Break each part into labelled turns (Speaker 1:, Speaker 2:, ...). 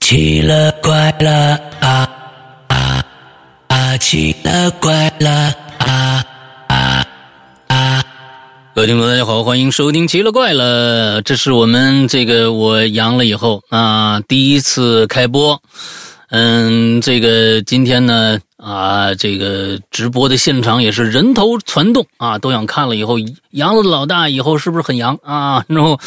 Speaker 1: 奇了怪了啊啊啊！奇了怪了啊啊啊！
Speaker 2: 各位听众，大家好，欢迎收听《奇了怪了》，这是我们这个我阳了以后啊、第一次开播。嗯，这个今天呢啊，这个直播的现场也是人头攒动啊，都想看了以后阳了的老大以后是不是很阳啊？然后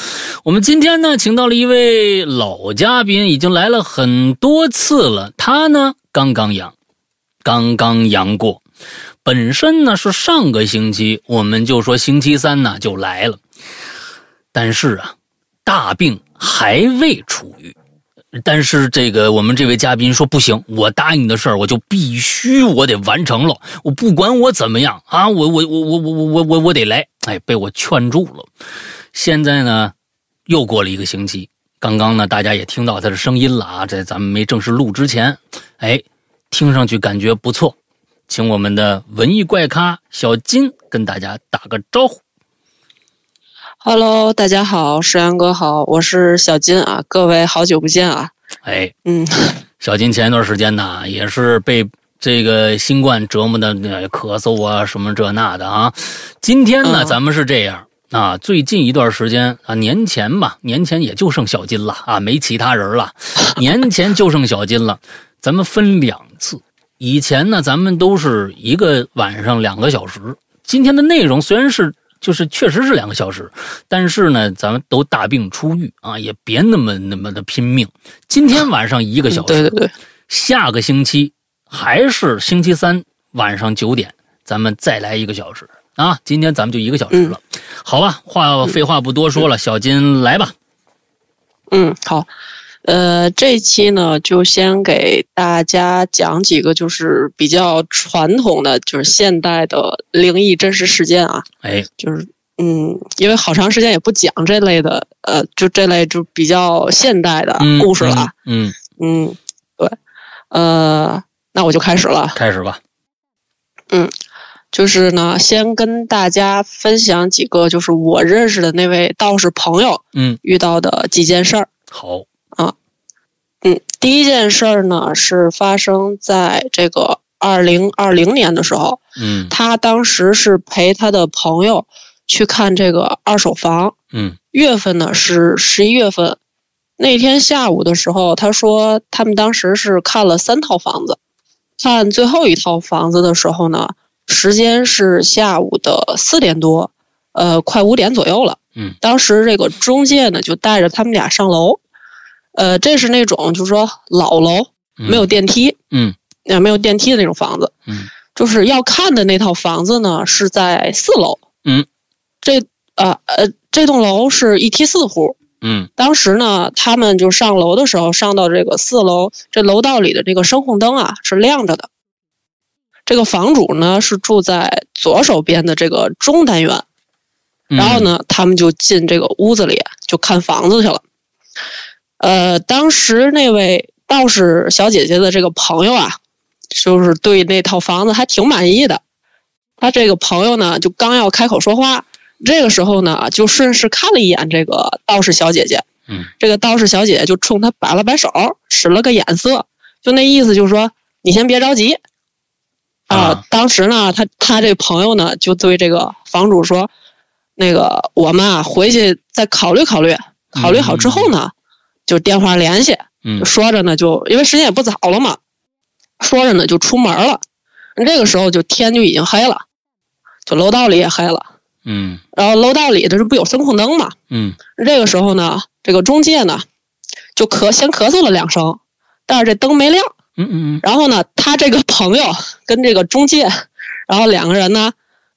Speaker 2: 我们今天呢，请到了一位老嘉宾，已经来了很多次了，他呢刚刚阳，刚刚阳过。本身呢是上个星期，我们就说星期三呢就来了，但是啊，大病还未处愈。但是这个我们这位嘉宾说不行，我答应你的事儿我就必须我得完成了，我不管我怎么样啊，我我我我我我我我我得来，哎，被我劝住了。现在呢，又过了一个星期，刚刚呢大家也听到他的声音了啊，在咱们没正式录之前，哎，听上去感觉不错，请我们的文艺怪咖小金跟大家打个招呼。
Speaker 3: Hello，大家好，石阳哥好，我是小金啊，各位好久不见啊，
Speaker 2: 哎，
Speaker 3: 嗯，
Speaker 2: 小金前一段时间呢，也是被这个新冠折磨的咳嗽啊，什么这那的啊。今天呢，
Speaker 3: 嗯
Speaker 2: 咱们是这样啊，最近一段时间啊，年前吧，年前也就剩小金了啊，没其他人了，年前就剩小金了。咱们分两次，以前呢，咱们都是一个晚上两个小时。今天的内容虽然是就是确实是两个小时，但是呢，咱们都大病初愈啊，也别那么那么的拼命。今天晚上一个小时，
Speaker 3: 嗯对对对，
Speaker 2: 下个星期还是星期三晚上九点，咱们再来一个小时啊！今天咱们就一个小时了，
Speaker 3: 嗯
Speaker 2: 好吧？话废话不多说了，小金来吧。
Speaker 3: 嗯，好，呃，这一期呢就先给大家讲几个就是比较传统的，就是现代的灵异真实事件啊，
Speaker 2: 哎，
Speaker 3: 就是嗯，因为好长时间也不讲这类的，呃，就这类就比较现代的
Speaker 2: 嗯，
Speaker 3: 故事了啊，
Speaker 2: 嗯，嗯，
Speaker 3: 嗯，对，呃，那我就开始了。
Speaker 2: 开始吧。
Speaker 3: 就是呢，先跟大家分享几个，就是我认识的那位道士朋友
Speaker 2: 嗯，
Speaker 3: 遇到的几件事儿。
Speaker 2: 好，
Speaker 3: 嗯，第一件事儿呢是发生在这个二零二零年的时候，
Speaker 2: 嗯
Speaker 3: 他当时是陪他的朋友去看这个二手房，
Speaker 2: 嗯
Speaker 3: 月份呢是十一月份。那天下午的时候，他说他们当时是看了三套房子，看最后一套房子的时候呢，时间是下午的四点多，呃，快五点左右了。
Speaker 2: 嗯，
Speaker 3: 当时这个中介呢就带着他们俩上楼，呃，这是那种就是说老楼
Speaker 2: 嗯
Speaker 3: 没有，电梯，
Speaker 2: 嗯
Speaker 3: 呃，没有电梯的那种房子。
Speaker 2: 嗯
Speaker 3: 就是要看的那套房子呢是在四楼。
Speaker 2: 嗯，
Speaker 3: 这呃呃，这栋楼是一梯四户，
Speaker 2: 嗯
Speaker 3: 当时呢，他们就上楼的时候，上到这个四楼，这楼道里的这个声控灯啊是亮着的。这个房主呢是住在左手边的这个中单元，
Speaker 2: 嗯，
Speaker 3: 然后呢，他们就进这个屋子里就看房子去了。呃，当时那位道士小姐姐的这个朋友啊，就是对那套房子还挺满意的。他这个朋友呢，就刚要开口说话，这个时候呢，就顺势看了一眼这个道士小姐姐。
Speaker 2: 嗯，
Speaker 3: 这个道士小姐姐就冲他摆了摆手，使了个眼色，就那意思就是说你先别着急。
Speaker 2: 啊
Speaker 3: 当时呢，他他这朋友呢，就对这个房主说，那个我们啊回去再考虑考虑，考虑好之后呢，就电话联系。
Speaker 2: 嗯
Speaker 3: 说着呢，就因为时间也不早了嘛，说着呢就出门了。这个时候就天就已经黑了，就楼道里也黑了。
Speaker 2: 嗯
Speaker 3: 然后楼道里这是不有声控灯嘛？
Speaker 2: 嗯
Speaker 3: 这个时候呢，这个中介呢就咳先咳嗽了两声，但是这灯没亮。
Speaker 2: 嗯嗯
Speaker 3: 然后呢，他这个朋友跟这个中介，然后两个人呢，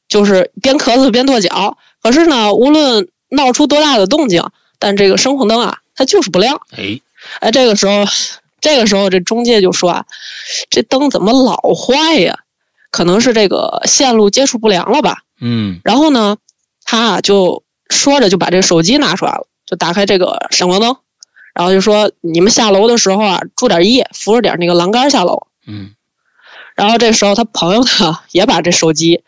Speaker 3: 就是边咳嗽边跺脚。可是呢，无论闹出多大的动静，但这个声控灯啊，它就是不亮。
Speaker 2: 哎，
Speaker 3: 哎，这个时候，这个时候这中介就说啊，这灯怎么老坏呀？可能是这个线路接触不良了吧？
Speaker 2: 嗯
Speaker 3: 然后呢，他啊就说着就把这个手机拿出来了，就打开这个闪光灯，然后就说你们下楼的时候啊，注点意，扶着点那个栏杆下楼。
Speaker 2: 嗯
Speaker 3: 然后这时候他朋友呢 也把这手机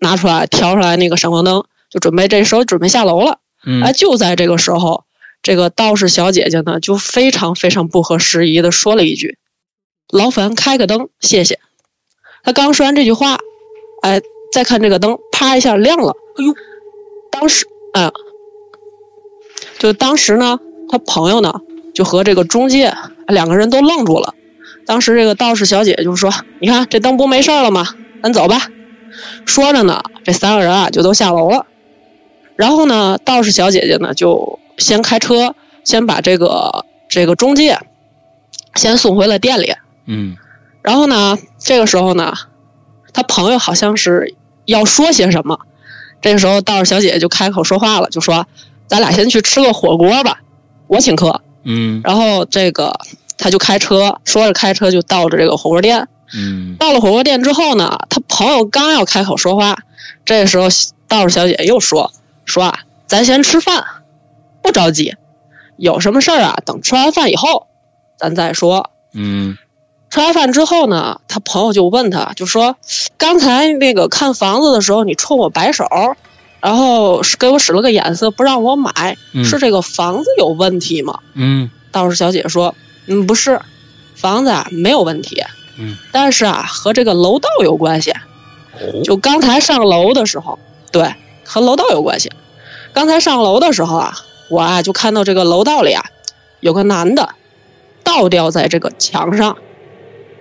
Speaker 3: 拿出来调出来那个闪光灯，就准备这时候准备下楼了。
Speaker 2: 嗯，
Speaker 3: 哎，就在这个时候，这个道士小姐姐呢就非常非常不合时宜的说了一句：“劳烦开个灯，谢谢。”他刚说完这句话，哎，再看这个灯，啪一下亮了。
Speaker 2: 哎呦，
Speaker 3: 当时啊、就当时呢，他朋友呢就和这个中介两个人都愣住了。当时这个道士小姐就说：“你看这灯不没事儿了吗？咱走吧。”说着呢，这三个人啊就都下楼了。然后呢，道士小姐姐呢就先开车，先把这个这个中介先送回了店里。
Speaker 2: 嗯
Speaker 3: 然后呢，这个时候呢，他朋友好像是要说些什么，这个时候道士小姐姐就开口说话了，就说：“咱俩先去吃个火锅吧，我请客。”
Speaker 2: 嗯
Speaker 3: 然后这个他就开车，说着开车就到了这个火锅店。
Speaker 2: 嗯
Speaker 3: 到了火锅店之后呢，他朋友刚要开口说话，这个时候道士小姐又说：“说啊，咱先吃饭，不着急，有什么事儿啊，等吃完饭以后咱再说。”
Speaker 2: 嗯
Speaker 3: 吃完饭之后呢，他朋友就问他，就说：“刚才那个看房子的时候，你冲我摆手，然后是给我使了个眼色，不让我买，
Speaker 2: 嗯
Speaker 3: 是这个房子有问题吗
Speaker 2: 嗯？”
Speaker 3: 道士小姐说：“嗯，不是，房子啊没有问题，
Speaker 2: 嗯，
Speaker 3: 但是啊和这个楼道有关系。
Speaker 2: 哦
Speaker 3: 就刚才上楼的时候，对，和楼道有关系。刚才上楼的时候啊，我啊就看到这个楼道里啊，有个男的倒吊在这个墙上，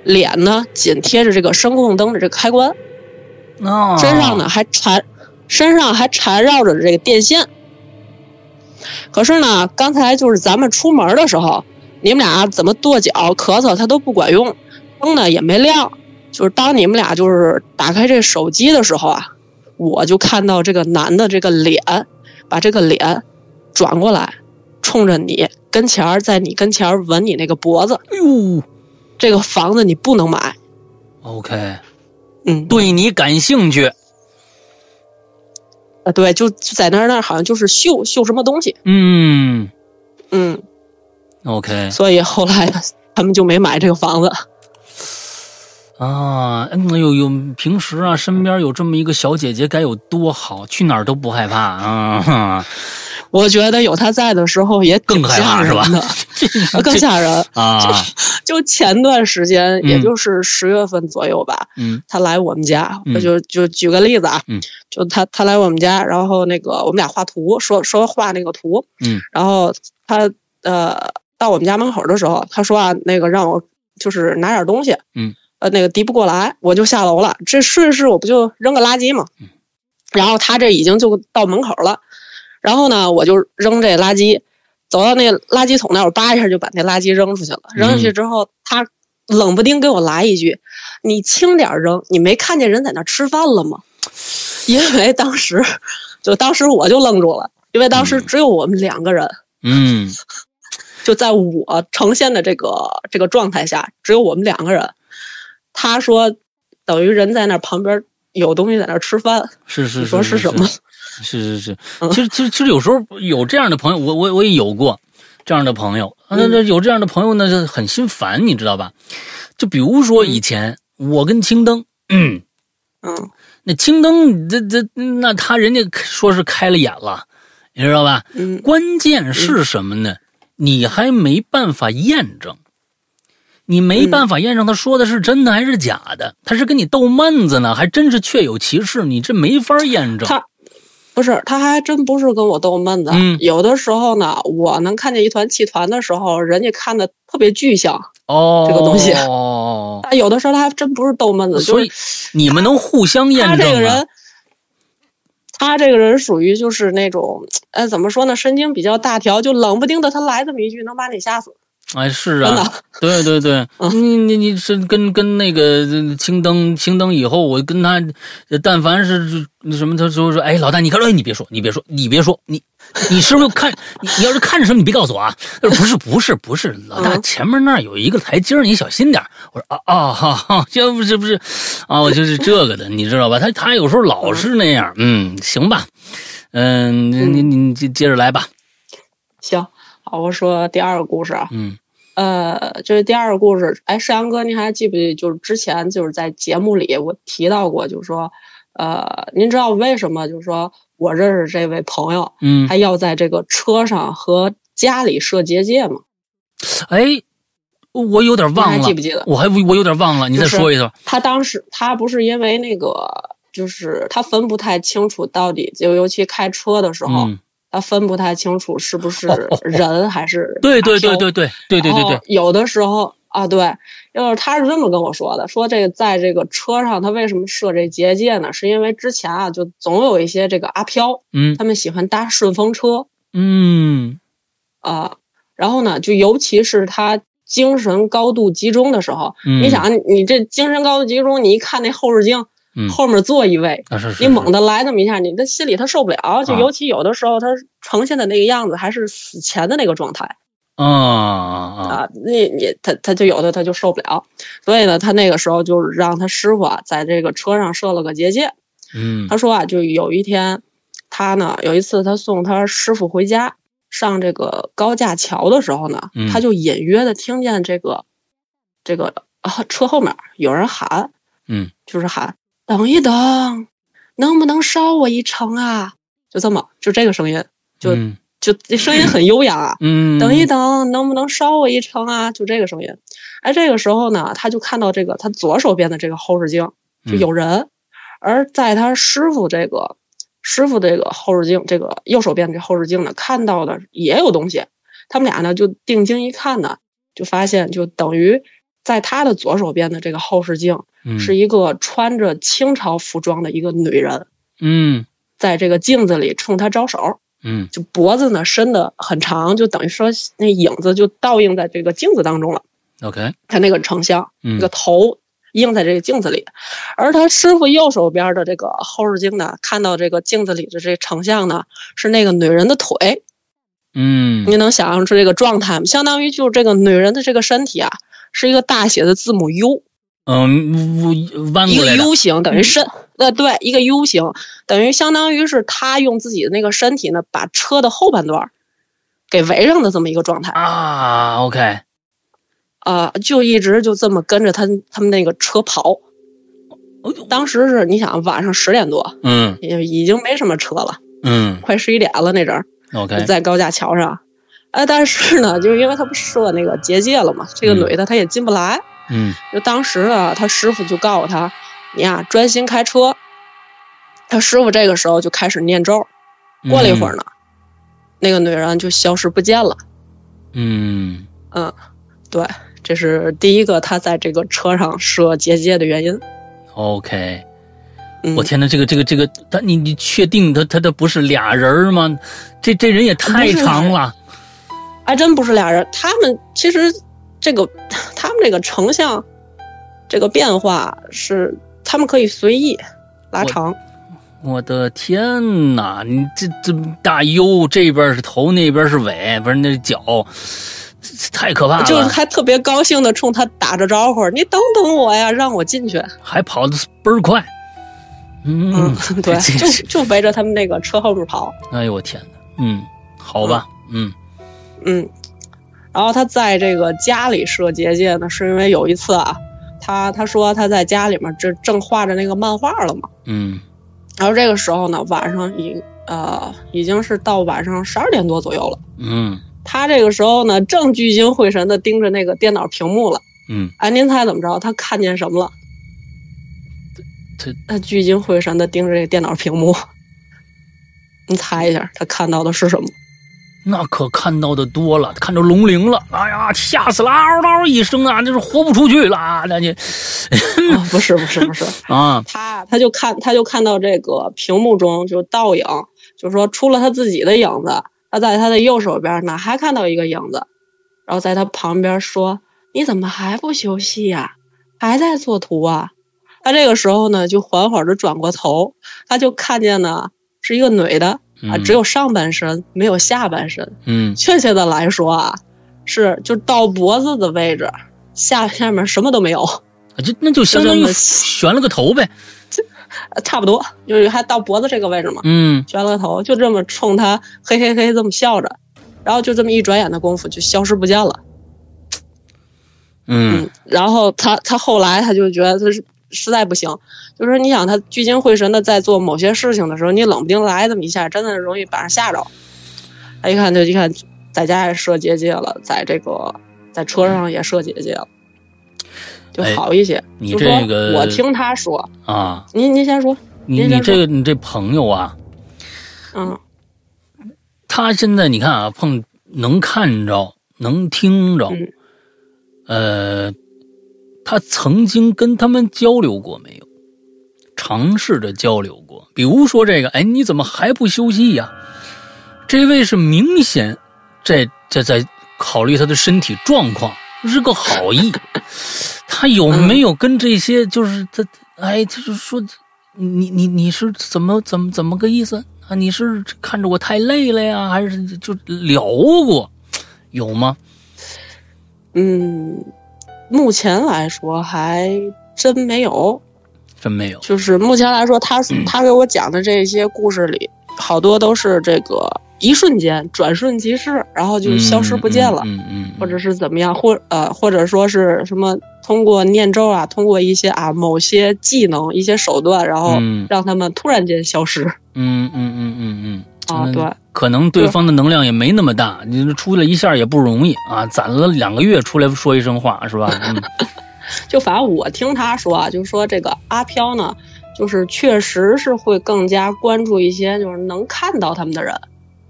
Speaker 3: 脸呢紧贴着这个声控灯的这个开关，
Speaker 2: 那
Speaker 3: 身上呢还缠，身上还缠绕着这个电线。可是呢，刚才就是咱们出门的时候，你们俩怎么跺脚、咳嗽，它都不管用，灯呢也没亮。就是当你们俩就是打开这手机的时候啊，我就看到这个男的这个脸，把这个脸转过来，冲着你跟前儿，在你跟前儿吻你那个脖子。
Speaker 2: 哎呦
Speaker 3: 这个房子你不能买，
Speaker 2: ，OK，
Speaker 3: 嗯，
Speaker 2: 对你感兴趣，
Speaker 3: 啊对，就就在那儿那儿好像就是秀秀什么东西，
Speaker 2: 嗯
Speaker 3: 嗯。
Speaker 2: ，OK
Speaker 3: 所以后来 他们就没买这个房子。
Speaker 2: 啊，嗯哎呦呦，平时啊，身边有这么一个小姐姐该有多好，去哪儿都不害怕啊，哈
Speaker 3: 我觉得有他在的时候也挺
Speaker 2: 更害怕是吧
Speaker 3: 吓人的？
Speaker 2: 这
Speaker 3: 呃更吓人。
Speaker 2: 啊，
Speaker 3: 就前段时间，
Speaker 2: 嗯
Speaker 3: 也就是十月份左右吧，
Speaker 2: 嗯
Speaker 3: 他来我们家，
Speaker 2: 嗯
Speaker 3: 我就就举个例子啊，
Speaker 2: 嗯
Speaker 3: 就他他来我们家，然后那个我们俩画图，说说画那个图，
Speaker 2: 嗯
Speaker 3: 然后他呃到我们家门口的时候，他说啊那个让我就是拿点东西，
Speaker 2: 嗯，
Speaker 3: 呃那个敌不过来，我就下楼了，这顺势我不就扔个垃圾嘛，
Speaker 2: 嗯
Speaker 3: 然后他这已经就到门口了，然后呢我就扔这垃圾。走到那垃圾桶那儿，我叭一下就把那垃圾扔出去了。扔
Speaker 2: 嗯
Speaker 3: 出去之后，他冷不丁给我来一句：“你轻点儿扔，你没看见人在那儿吃饭了吗？因为当时，就当时我就愣住了，因为当时只有我们两个人，
Speaker 2: 嗯
Speaker 3: 就在我呈现的这个这个状态下，只有我们两个人。他说，等于人在那儿旁边有东西在那儿吃饭，
Speaker 2: 是是
Speaker 3: 你说
Speaker 2: 是
Speaker 3: 是什么？
Speaker 2: 是是是，
Speaker 3: 嗯
Speaker 2: 其实其实其实有时候有这样的朋友，我我我也有过这样的朋友。啊那那
Speaker 3: 嗯
Speaker 2: 有这样的朋友呢，就很心烦，你知道吧？就比如说以前我跟青灯，嗯，
Speaker 3: 嗯
Speaker 2: 那青灯这这那他人家说是开了眼了，你知道吧？
Speaker 3: 嗯
Speaker 2: 关键是什么呢？你还没办法验证，你没办法验证他说的是真的还是假的，他是跟你逗闷子呢，还真是确有其事，你这没法验证。
Speaker 3: 他不是，他还真不是跟我逗闷子。
Speaker 2: 嗯
Speaker 3: 有的时候呢，我能看见一团气团的时候，人家看的特别具象。
Speaker 2: 哦，
Speaker 3: 这个东西
Speaker 2: 哦，
Speaker 3: 但有的时候他还真不是逗闷子，就
Speaker 2: 所
Speaker 3: 是
Speaker 2: 以你们能互相
Speaker 3: 他
Speaker 2: 验
Speaker 3: 这个
Speaker 2: 证啊？
Speaker 3: 人，他这个人属于就是那种，哎，怎么说呢，神经比较大条，就冷不丁的他来这么一句，能把你吓死，
Speaker 2: 哎，是
Speaker 3: 真
Speaker 2: 啊，
Speaker 3: 的。
Speaker 2: 对对对，你你你是跟跟那个呃青灯青灯以后，我跟他，呃但凡是那什么，他说说，哎，老大，你看，哎，你别说，你别说，你别说，你你是不是看你你要是看着什么，你别告诉我啊？他说不是不是不是，老大，
Speaker 3: 嗯
Speaker 2: 前面那儿有一个台阶儿，你小心点儿。我说啊啊哈哈，这不是不是，啊，我就是这个的，你知道吧？他他有时候老是那样，嗯，行吧，嗯，你你你接接着来吧，
Speaker 3: 行，好，我说第二个故事啊，
Speaker 2: 嗯
Speaker 3: 呃，这是第二个故事。哎，世阳哥，您还记不记？就是之前就是在节目里我提到过，就是说，呃，您知道为什么？就是说我认识这位朋友，
Speaker 2: 嗯
Speaker 3: 他要在这个车上和家里设结界嘛，
Speaker 2: 哎，我有点
Speaker 3: 你
Speaker 2: 忘
Speaker 3: 还
Speaker 2: 了
Speaker 3: 记不，记 得？
Speaker 2: 我还我有点忘了，你再
Speaker 3: 就是
Speaker 2: 说一说。
Speaker 3: 他当时他不是因为那个，就是他分不太清楚到底，就尤其开车的时候，
Speaker 2: 嗯，
Speaker 3: 他分不太清楚是不是
Speaker 2: 哦哦哦
Speaker 3: 人还是
Speaker 2: 对对
Speaker 3: 马
Speaker 2: 对
Speaker 3: 兽
Speaker 2: 对对对对对对
Speaker 3: 然后，有的时候啊，对，就是他是这么跟我说的，说这个在这个车上，他为什么设这结界呢？是因为之前啊，就总有一些这个阿飘，
Speaker 2: 嗯
Speaker 3: 他们喜欢搭顺风车
Speaker 2: 嗯
Speaker 3: 啊、然后呢，就尤其是他精神高度集中的时候，
Speaker 2: 嗯，
Speaker 3: 你想，你这精神高度集中，你一看那后视镜
Speaker 2: 嗯
Speaker 3: 后面坐一位。
Speaker 2: 啊是是，
Speaker 3: 你猛
Speaker 2: 的
Speaker 3: 地来那么一下，你的心里他受不了，就
Speaker 2: 啊
Speaker 3: 尤其有的时候他呈现的那个样子还是死前的那个状态，
Speaker 2: 啊啊啊
Speaker 3: 啊，那你他他就有的他就受不了，所以呢，他那个时候就是让他师傅啊，在这个车上设了个结界。
Speaker 2: 嗯
Speaker 3: 他说啊，就有一天，他呢有一次他送他师傅回家，上这个高架桥的时候呢，
Speaker 2: 嗯
Speaker 3: 他就隐约的听见这个这个啊车后面有人喊，
Speaker 2: 嗯，
Speaker 3: 就是喊等一等，能不能捎我一程啊？就这么就这个声音，就
Speaker 2: 嗯
Speaker 3: 就这声音很悠扬啊。
Speaker 2: 嗯
Speaker 3: 等一等，能不能捎我一程啊？就这个声音。哎，这个时候呢，他就看到这个他左手边的这个后视镜
Speaker 2: 嗯
Speaker 3: 就有人，而在他师傅这个师傅这个后视镜这个右手边这后视镜呢，看到的也有东西。他们俩呢就定睛一看呢，就发现就等于在他的左手边的这个后视镜
Speaker 2: 嗯
Speaker 3: 是一个穿着清朝服装的一个女人，
Speaker 2: 嗯
Speaker 3: 在这个镜子里冲他招手。
Speaker 2: 嗯
Speaker 3: 就脖子呢伸的很长，就等于说那影子就倒映在这个镜子当中了。
Speaker 2: OK
Speaker 3: 他那个成像，
Speaker 2: 嗯
Speaker 3: 那个头映在这个镜子里，而他师傅右手边的这个后视镜呢，看到这个镜子里的这成像呢，是那个女人的腿。
Speaker 2: 嗯
Speaker 3: 你能想象出这个状态吗？相当于就是这个女人的这个身体啊，是一个大写的字母 U，
Speaker 2: 嗯弯
Speaker 3: 一
Speaker 2: 过
Speaker 3: 个
Speaker 2: 来的嗯
Speaker 3: U 型等于身，呃，对，一个 U 型等于相当于是他用自己的那个身体呢，把车的后半段儿给围上的这么一个状态。
Speaker 2: 啊 OK
Speaker 3: 哎啊、就一直就这么跟着他他们那个车跑。当时是你想晚上十点多，
Speaker 2: 嗯
Speaker 3: 也已经没什么车了，
Speaker 2: 嗯
Speaker 3: 快十一点了那阵儿，
Speaker 2: OK
Speaker 3: 在高架桥上。哎，但是呢，就是因为他不设那个结界了嘛，这个
Speaker 2: 嗯
Speaker 3: 女的她也进不来。
Speaker 2: 嗯
Speaker 3: 就当时呢，他师傅就告诉他，你呀专心开车。他师傅这个时候就开始念咒。
Speaker 2: 嗯
Speaker 3: 过了一会儿呢，那个女人就消失不见了。
Speaker 2: 嗯
Speaker 3: 嗯，对，这是第一个他在这个车上设结界的原因。
Speaker 2: OK。
Speaker 3: 嗯，
Speaker 2: 我天呐，这个这个这个，他你你确定他他他不是俩人儿吗？这这人也太长了，
Speaker 3: 还真不是俩人，他们其实这个他们这个成像这个变化是他们可以随意拉长。
Speaker 2: 我的天呐，你这这大 U 这边是头，那边是尾，不是那是脚，这这太可怕了，
Speaker 3: 就是还特别高兴的冲他打着招呼：“你等等我呀，让我进去。
Speaker 2: 还跑的倍儿快。”嗯
Speaker 3: 嗯，，对，
Speaker 2: 这
Speaker 3: 就就围着他们那个车后面跑。
Speaker 2: 哎呦我天呐，嗯，好吧，嗯
Speaker 3: 嗯，然后他在这个家里设结界呢，是因为有一次啊，他他说他在家里面这正画着那个漫画了嘛，
Speaker 2: 嗯
Speaker 3: 然后这个时候呢，晚上已呃已经是到晚上十二点多左右了。
Speaker 2: 嗯
Speaker 3: 他这个时候呢，正聚精会神地盯着那个电脑屏幕了。
Speaker 2: 嗯，
Speaker 3: 哎，您猜怎么着？他看见什么了？
Speaker 2: 他
Speaker 3: 他聚精会神地盯着这个电脑屏幕。 你猜一下，他看到的 是什么？
Speaker 2: 那可看到的多了，看着龙鳞了，哎呀，吓死了，嗷嗷一声啊，就是豁不出去了啊，那你
Speaker 3: 啊、不是，不是，不是，
Speaker 2: 啊，
Speaker 3: 他他就看他就看到这个屏幕中就倒影，就说除了他自己的影子，他在他的右手边呢还看到一个影子，然后在他旁边说：“你怎么还不休息呀、还在作图啊？”他这个时候呢就缓缓的转过头，他就看见呢是一个女的啊，
Speaker 2: 嗯
Speaker 3: 只有上半身没有下半身，
Speaker 2: 嗯
Speaker 3: 确切的来说啊，是就到脖子的位置，下下面什么都没有。
Speaker 2: 啊 就那就相当于
Speaker 3: 就这么
Speaker 2: 悬了个头呗。
Speaker 3: 呃差不多，就是还到脖子这个位置嘛，
Speaker 2: 嗯
Speaker 3: 撅了个头，就这么冲他嘿嘿嘿这么笑着，然后就这么一转眼的功夫就消失不见了。
Speaker 2: 嗯，
Speaker 3: 然后他他后来他就觉得他是实在不行，就是你想他聚精会神的在做某些事情的时候，你冷不丁来这么一下，真的容易把人吓着。他一看就一看在家也设结界了，在这个在车上也设结界了，就
Speaker 2: 哎
Speaker 3: 好一些。
Speaker 2: 你
Speaker 3: 就说
Speaker 2: 这个
Speaker 3: 我听他说，
Speaker 2: 啊，
Speaker 3: 您您先说，
Speaker 2: 你
Speaker 3: 您
Speaker 2: 你
Speaker 3: 先说
Speaker 2: 这个你这朋友啊，
Speaker 3: 嗯
Speaker 2: 他现在你看啊，碰能看着，能听着，
Speaker 3: 嗯
Speaker 2: 呃，他曾经跟他们交流过没有？尝试着交流过，比如说这个，哎，你怎么还不休息呀、这位是明显在在在考虑他的身体状况，是个好意。他有没有跟这些就是他，哎，就是说，你你你是怎么怎么怎么个意思啊？你是看着我太累了呀，还是就聊过？有吗？
Speaker 3: 嗯，目前来说还真没有。
Speaker 2: 真没有。
Speaker 3: 就是目前来说，他
Speaker 2: 嗯
Speaker 3: 他给我讲的这些故事里，好多都是这个一瞬间转瞬即逝，然后就消失不见了。
Speaker 2: 嗯嗯嗯嗯
Speaker 3: 或者是怎么样，或呃，或者说是什么通过念咒啊，通过一些啊某些技能、一些手段，然后
Speaker 2: 嗯
Speaker 3: 让他们突然间消失。
Speaker 2: 嗯嗯嗯嗯嗯
Speaker 3: 啊
Speaker 2: 嗯
Speaker 3: 对，
Speaker 2: 可能对方的能量也没那么大，你出来一下也不容易啊，攒了两个月出来说一声话是吧？嗯
Speaker 3: 就反正我听他说啊，就说这个阿飘呢，就是确实是会更加关注一些就是能看到他们的人，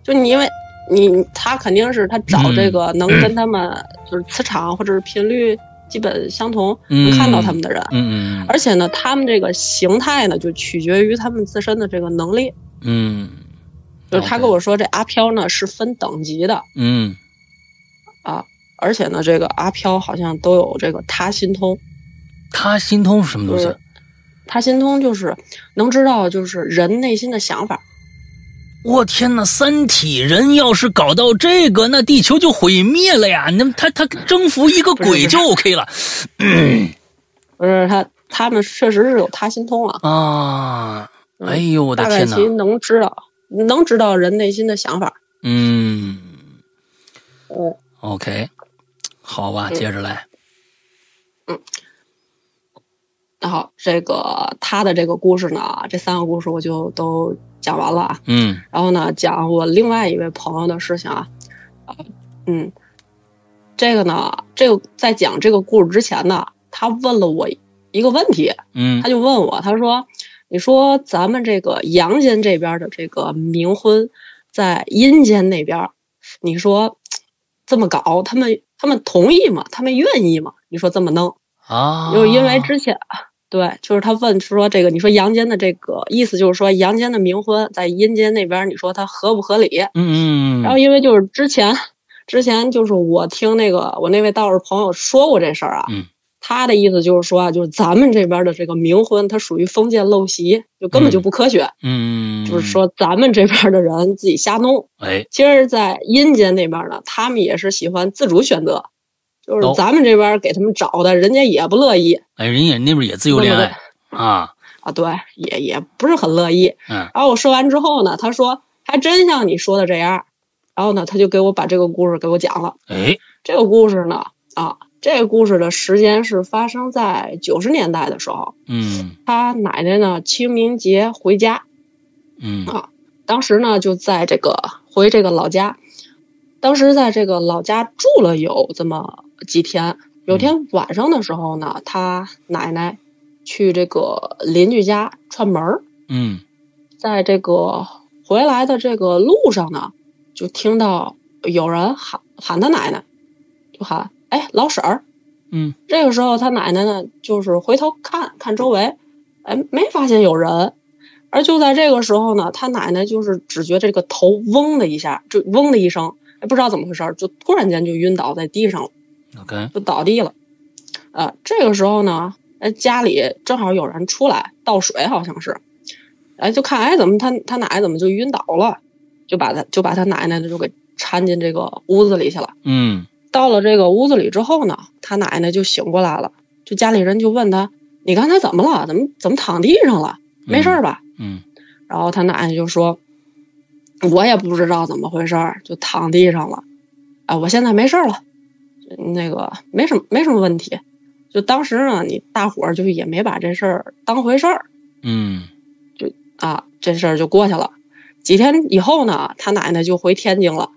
Speaker 3: 就你因为你他肯定是他找这个
Speaker 2: 嗯
Speaker 3: 能跟他们就是磁场或者是频率基本相同，
Speaker 2: 嗯
Speaker 3: 能看到他们的人。
Speaker 2: 嗯嗯
Speaker 3: 而且呢，他们这个形态呢，就取决于他们自身的这个能力。
Speaker 2: 嗯，
Speaker 3: 就是他
Speaker 2: OK
Speaker 3: 跟我说，这阿飘呢是分等级的，
Speaker 2: 嗯
Speaker 3: 而且呢，这个阿飘好像都有这个他心通。
Speaker 2: 他心通是什么东西
Speaker 3: 嗯？他心通就是能知道就是人内心的想法。
Speaker 2: 我天呐，三体人要是搞到这个，那地球就毁灭了呀！那他他征服一个鬼就 OK 了
Speaker 3: 不是他，他们确实是有他心通啊。
Speaker 2: 啊！
Speaker 3: 嗯
Speaker 2: 哎呦，我的
Speaker 3: 大概
Speaker 2: 天呐
Speaker 3: 其，能知道，能知道人内心的想法。
Speaker 2: 嗯
Speaker 3: 嗯
Speaker 2: ，OK，好吧，接着来，
Speaker 3: 然后这个他的这个故事呢，这三个故事我就都讲完了啊。
Speaker 2: 嗯
Speaker 3: 然后呢，讲我另外一位朋友的事情啊，呃嗯，这个呢，这个在讲这个故事之前呢，他问了我一个问题，
Speaker 2: 嗯
Speaker 3: 他就问我，他说：“你说咱们这个阳间这边的这个冥婚，在阴间那边，你说这么搞，他们他们同意吗？他们愿意吗？你说这么弄？”
Speaker 2: 啊，
Speaker 3: 就是因为之前，对，就是他问说这个，你说阳间的这个意思就是说阳间的冥婚在阴间那边，你说它合不合理？
Speaker 2: 嗯嗯，
Speaker 3: 然后因为就是之前，之前就是我听那个我那位道士朋友说过这事儿啊，
Speaker 2: 嗯
Speaker 3: 他的意思就是说啊，就是咱们这边的这个冥婚，它属于封建陋习，就根本就不科学，
Speaker 2: 嗯，
Speaker 3: 就是说咱们这边的人自己瞎弄。
Speaker 2: 哎，
Speaker 3: 其实，在阴间那边呢，他们也是喜欢自主选择，就
Speaker 2: 哦
Speaker 3: 是咱们这边给他们找的，人家也不乐意。
Speaker 2: 哎，人也那边也自由恋爱啊，
Speaker 3: 啊，对，也也不是很乐意。
Speaker 2: 嗯
Speaker 3: 然后我说完之后呢，他说还真像你说的这样。然后呢，他就给我把这个故事给我讲了。
Speaker 2: 哎，
Speaker 3: 这个故事呢，啊，这个故事的时间是发生在九十年代的时候。
Speaker 2: 嗯
Speaker 3: 他奶奶呢，清明节回家，
Speaker 2: 嗯
Speaker 3: 当时呢就在这个回这个老家，当时在这个老家住了有这么几天。有天晚上的时候呢，他奶奶去这个邻居家串门儿，
Speaker 2: 嗯
Speaker 3: 在这个回来的这个路上呢，就听到有人喊喊他奶奶，就喊哎老婶儿。
Speaker 2: 嗯，
Speaker 3: 这个时候他奶奶呢，就是回头看看周围，哎没发现有人。而就在这个时候呢，他奶奶就是只觉这个头嗡的一下，就嗡的一声，哎不知道怎么回事儿，就突然间就晕倒在地上了，
Speaker 2: ，OK，
Speaker 3: 就倒地了。呃，这个时候呢，哎家里正好有人出来倒水，好像是，哎，就看哎，怎么他他奶奶怎么就晕倒了，就把他就把他奶奶就给搀进这个屋子里去了。
Speaker 2: 嗯
Speaker 3: 到了这个屋子里之后呢，他奶奶就醒过来了，就家里人就问他，你刚才怎么了？怎么怎么躺地上了？没事儿吧？
Speaker 2: 嗯
Speaker 3: 然后他奶奶就说，我也不知道怎么回事儿，就躺地上了。啊，我现在没事儿了，那个没什么没什么问题。就当时呢，你大伙儿就也没把这事儿当回事儿，
Speaker 2: 嗯
Speaker 3: 啊，这事儿就过去了。几天以后呢，他奶奶就回天津了。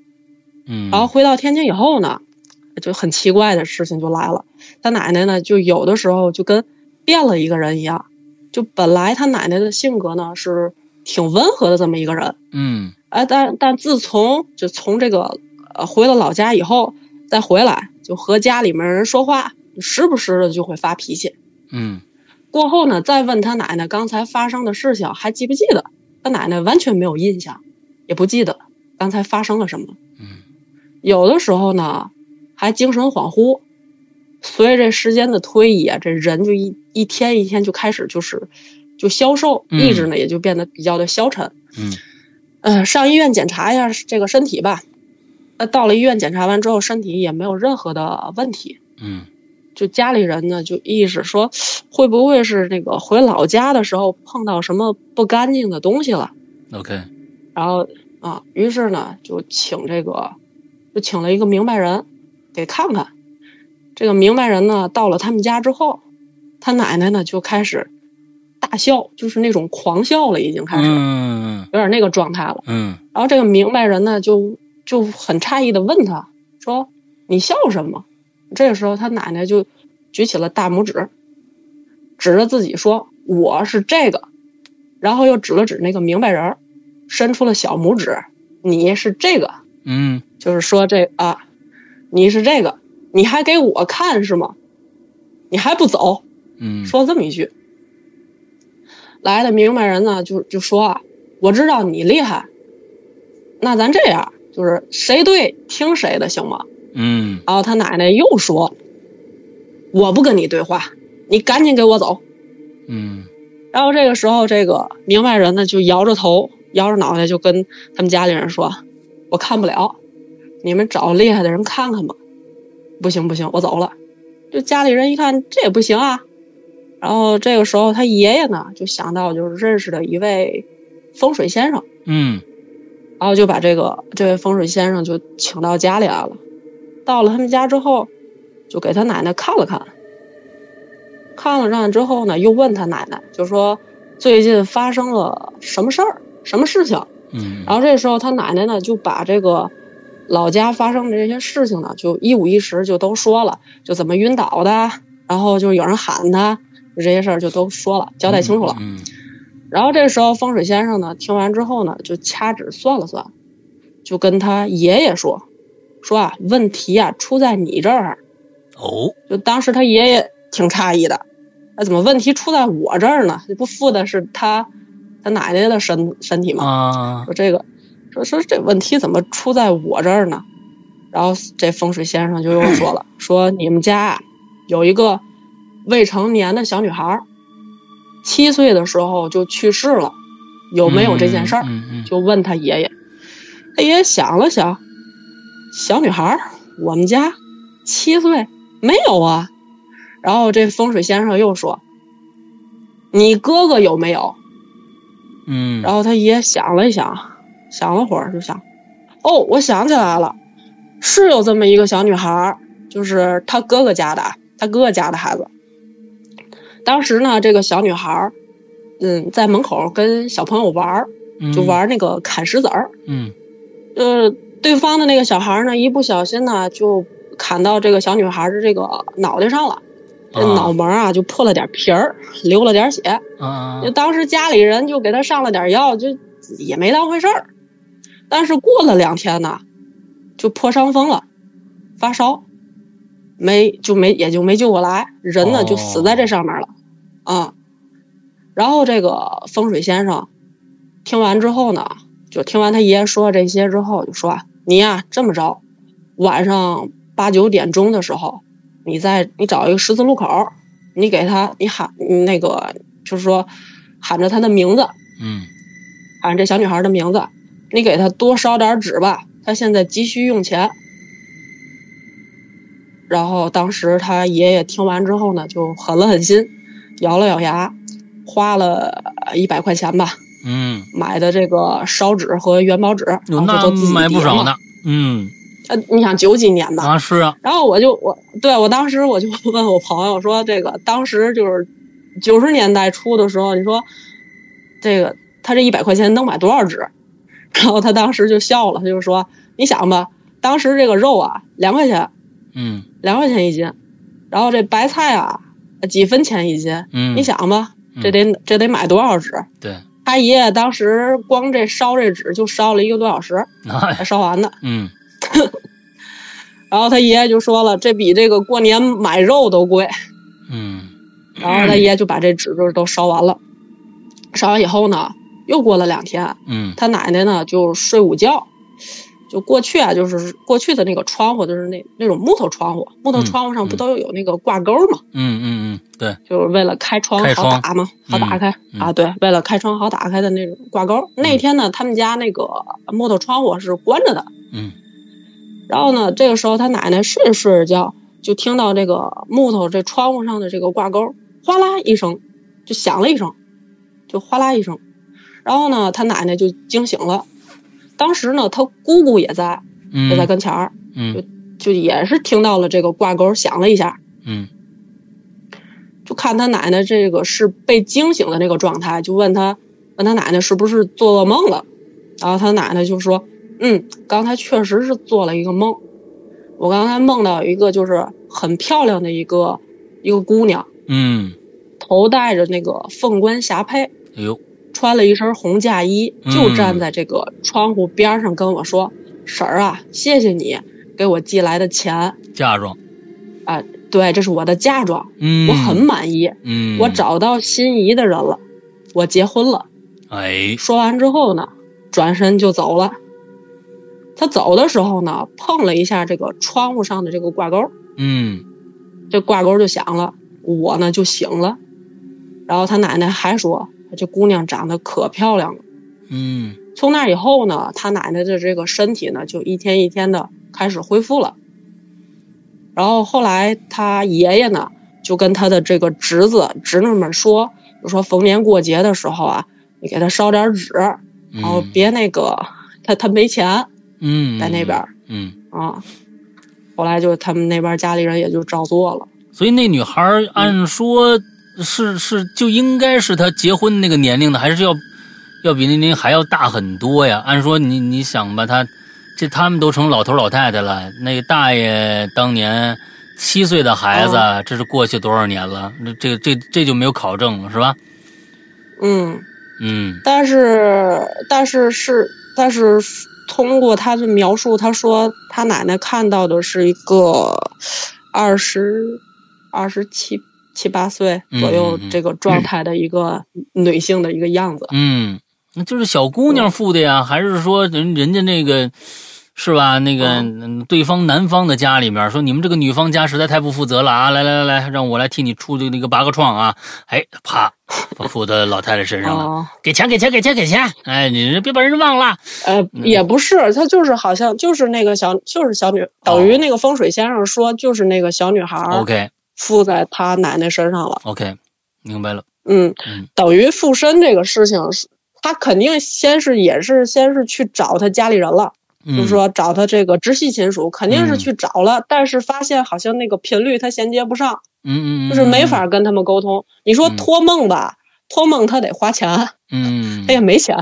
Speaker 2: 嗯，
Speaker 3: 然后回到天津以后呢，就很奇怪的事情就来了。他奶奶呢，就有的时候就跟变了一个人一样，就本来他奶奶的性格呢是挺温和的这么一个人，
Speaker 2: 嗯
Speaker 3: 哎，但但自从就从这个呃回了老家以后，再回来就和家里面人说话，时不时的就会发脾气。
Speaker 2: 嗯
Speaker 3: 过后呢，再问他奶奶刚才发生的事情还记不记得，他奶奶完全没有印象，也不记得刚才发生了什么。
Speaker 2: 嗯
Speaker 3: 有的时候呢，还精神恍惚。随着这时间的推移啊，这人就一一天一天就开始就是就消瘦，
Speaker 2: 嗯
Speaker 3: 意志呢也就变得比较的消沉。
Speaker 2: 嗯
Speaker 3: 呃，上医院检查一下这个身体吧。那到了医院检查完之后，身体也没有任何的问题。
Speaker 2: 嗯
Speaker 3: 就家里人呢，就意识说，会不会是那个回老家的时候碰到什么不干净的东西了？
Speaker 2: ，OK，
Speaker 3: 然后啊，于是呢，就请这个，就请了一个明白人，给看看。这个明白人呢，到了他们家之后，他奶奶呢就开始大笑，就是那种狂笑了，已经开始，
Speaker 2: 嗯
Speaker 3: 有点那个状态了。
Speaker 2: 嗯
Speaker 3: 然后这个明白人呢，就就很诧异的问他说：“你笑什么？”这个时候，他奶奶就举起了大拇指，指着自己说：“我是这个。”然后又指了指那个明白人儿，伸出了小拇指：“你是这个。
Speaker 2: 嗯”
Speaker 3: 就是说这啊，你是这个，你还给我看是吗？你还不走？
Speaker 2: 嗯，
Speaker 3: 说这么一句。来的明白人呢，就就说啊，我知道你厉害，那咱这样，就是谁对听谁的，行吗？
Speaker 2: 嗯
Speaker 3: 然后他奶奶又说，我不跟你对话，你赶紧给我走。
Speaker 2: 嗯
Speaker 3: 然后这个时候，这个明白人呢就摇着头，摇着脑袋，就跟他们家里人说：“我看不了，你们找厉害的人看看吧。”不行不行，我走了。就家里人一看这也不行啊。然后这个时候，他爷爷呢就想到就是认识的一位风水先生，
Speaker 2: 嗯
Speaker 3: 然后就把这个这位风水先生就请到家里来了。到了他们家之后，就给他奶奶看了看，看了看之后呢，又问他奶奶，就说最近发生了什么事儿，什么事情。
Speaker 2: 嗯，
Speaker 3: 然后这时候他奶奶呢，就把这个老家发生的这些事情呢，就一五一十就都说了，就怎么晕倒的，然后就有人喊他，就这些事儿就都说了，交代清楚了。
Speaker 2: 嗯
Speaker 3: 然后这时候风水先生呢，听完之后呢，就掐指算了算，就跟他爷爷说，说啊，问题啊出在你这儿。
Speaker 2: 哦，
Speaker 3: 就当时他爷爷挺诧异的，那怎么问题出在我这儿呢？这不负的是他他奶奶的身身体吗？
Speaker 2: 啊，
Speaker 3: 说这个，说说这问题怎么出在我这儿呢？然后这风水先生就又说了， 说你们家啊有一个未成年的小女孩儿，七岁的时候就去世了，有没有这件事儿？
Speaker 2: 嗯嗯
Speaker 3: 就问他爷爷。他爷爷想了想，小女孩儿，我们家七岁，没有啊。然后这风水先生又说：“你哥哥有没有？”
Speaker 2: 嗯，
Speaker 3: 然后他爷爷想了一想，想了会儿就想：“哦，我想起来了，是有这么一个小女孩儿，就是他哥哥家的，他哥哥家的孩子。当时呢，这个小女孩儿，嗯，在门口跟小朋友玩儿，
Speaker 2: 后
Speaker 3: 就，玩那个砍石子儿。
Speaker 2: 嗯
Speaker 3: 呃，对方的那个小孩儿呢，一不小心呢就砍到这个小女孩儿的这个脑袋上了，这
Speaker 2: 啊
Speaker 3: 脑门儿啊就破了点皮儿，流了点血。
Speaker 2: 啊
Speaker 3: 就当时家里人就给他上了点药，就也没当回事儿。但是过了两天呢，就破伤风了，发烧，没就没也就没救过来，人呢就死在这上面了，啊、然后这个风水先生听完之后呢，就听完他爷爷说这些之后，就说啊你呀、这么着，晚上八九点钟的时候，你在你找一个十字路口，你给他你喊你那个就是说喊着他的名字，
Speaker 2: 嗯
Speaker 3: 喊着这小女孩的名字，你给她多烧点纸吧，她现在急需用钱。然后当时他爷爷听完之后呢，就狠了狠心，咬了咬牙，花了一百块钱吧，
Speaker 2: 嗯，
Speaker 3: 买的这个烧纸和元宝纸，然后
Speaker 2: 那
Speaker 3: 都自己
Speaker 2: 买不
Speaker 3: 叠
Speaker 2: 少
Speaker 3: 嘛
Speaker 2: 呢。。嗯
Speaker 3: 呃，你想九几年的，
Speaker 2: 啊是啊，
Speaker 3: 然后我就我对我当时我就 问我朋友说，这个当时就是九十年代初的时候，你说这个 他这一百块钱能买多少纸？然后他当时就笑了，他就说：“你想吧，当时这个肉啊，两块钱，
Speaker 2: 嗯
Speaker 3: 两块钱一斤，然后这白菜啊，几分钱一斤。
Speaker 2: 嗯，
Speaker 3: 你想吧，这得这得买多少纸？
Speaker 2: 对，
Speaker 3: 他爷爷当时光这烧这纸就烧了一个多小时
Speaker 2: 哎
Speaker 3: 才烧完的。
Speaker 2: 嗯
Speaker 3: 然后他爷爷就说了，这比这个过年买肉都贵。
Speaker 2: 嗯
Speaker 3: 然后他爷爷就把这纸就是都烧完了。烧完以后呢，又过了两天，
Speaker 2: 嗯
Speaker 3: 他奶奶呢就睡午觉。就过去啊，就是过去的那个窗户，就是那那种木头窗户，木头
Speaker 2: 嗯
Speaker 3: 窗户上
Speaker 2: 嗯
Speaker 3: 不都有那个挂钩嘛？
Speaker 2: 嗯嗯嗯，对，
Speaker 3: 就是为了开窗
Speaker 2: 开窗
Speaker 3: 好打嘛，好打开、
Speaker 2: 嗯
Speaker 3: 啊，对，为了开窗好打开的那种挂钩。那天呢，他们家那个木头窗户是关着的，
Speaker 2: 嗯
Speaker 3: 然后呢，这个时候他奶奶睡着睡着觉，就听到这个木头这窗户上的这个挂钩哗啦一声，就响了一声，就哗啦一声。然后呢，他奶奶就惊醒了。当时呢，他姑姑也在，也在
Speaker 2: 嗯
Speaker 3: 跟前儿，
Speaker 2: 嗯
Speaker 3: 就也是听到了这个挂钩响了一下，
Speaker 2: 嗯
Speaker 3: 就看他奶奶这个是被惊醒的那个状态，就问他，问他奶奶是不是做噩梦了，然后他奶奶就说，嗯，刚才确实是做了一个梦，我刚才梦到一个就是很漂亮的一个一个姑娘，
Speaker 2: 嗯，
Speaker 3: 头戴着那个凤冠霞帔，
Speaker 2: 哎呦，
Speaker 3: 穿了一身红嫁衣，
Speaker 2: 嗯
Speaker 3: 就站在这个窗户边上跟我说，婶儿啊，谢谢你给我寄来的钱，
Speaker 2: 嫁妆，
Speaker 3: 对，这是我的嫁妆，
Speaker 2: 嗯，
Speaker 3: 我很满意，
Speaker 2: 嗯，
Speaker 3: 我，找到心仪的人了，我结婚了。
Speaker 2: 哎，
Speaker 3: 说完之后呢，转身就走了。他走的时候呢，碰了一下这个窗户上的这个挂钩，
Speaker 2: 嗯
Speaker 3: 这挂钩就响了，我呢就醒了。然后他奶奶还说，这姑娘长得可漂亮了。
Speaker 2: 嗯
Speaker 3: 从那以后呢，他奶奶的这个身体呢，就一天一天的开始恢复了。然后后来他爷爷呢，就跟他的这个侄子侄女们说，就说逢年过节的时候啊，你给他烧点纸，
Speaker 2: 嗯，
Speaker 3: 然后别那个，他他没钱
Speaker 2: 嗯
Speaker 3: 在那边，儿
Speaker 2: 嗯，
Speaker 3: 啊。后来就他们那边家里人也就照做了，
Speaker 2: 所以那女孩儿按说是是就应该是她结婚那个年龄的，还是要要比那年龄还要大很多呀？按说你你想吧，她这他们都成老头老太太了，那个大爷当年七岁的孩子，这是过去多少年了？那这这这就没有考证了，是吧？
Speaker 3: 嗯，
Speaker 2: 嗯
Speaker 3: 但是但是是但是通过他的描述，他说他奶奶看到的是一个二十二十七七八岁左右
Speaker 2: 嗯嗯嗯
Speaker 3: 这个状态的一个女性的一个样子，
Speaker 2: 嗯，那就是小姑娘付的呀，还是说人人家那个是吧？那个、嗯对方男方的家里面说，你们这个女方家实在太不负责了啊！来来来来，让我来替你出这个那个拔个创啊！哎，啪， 付到老太太身上了，
Speaker 3: 哦，
Speaker 2: 给钱给钱给钱给钱！哎，你这别把人忘了。
Speaker 3: 呃，
Speaker 2: 嗯
Speaker 3: 也不是，她就是好像就是那个小，就是小女，等于那个风水先生说，就是那个小女孩儿
Speaker 2: 哦 OK
Speaker 3: 附在她奶奶身上了。
Speaker 2: OK，明白了。
Speaker 3: 嗯
Speaker 2: 嗯，
Speaker 3: 等于附身这个事情是，她肯定先是也是先是去找她家里人了，
Speaker 2: 嗯，
Speaker 3: 就是说找她这个直系亲属，肯定是去找了，但是发现好像那个频率她衔接不上，
Speaker 2: 嗯，嗯嗯，
Speaker 3: 就是没法跟他们沟通。你说
Speaker 2: 嗯
Speaker 3: 托梦吧，托梦她得花钱，
Speaker 2: 嗯。
Speaker 3: 她也
Speaker 2: 嗯
Speaker 3: 没钱。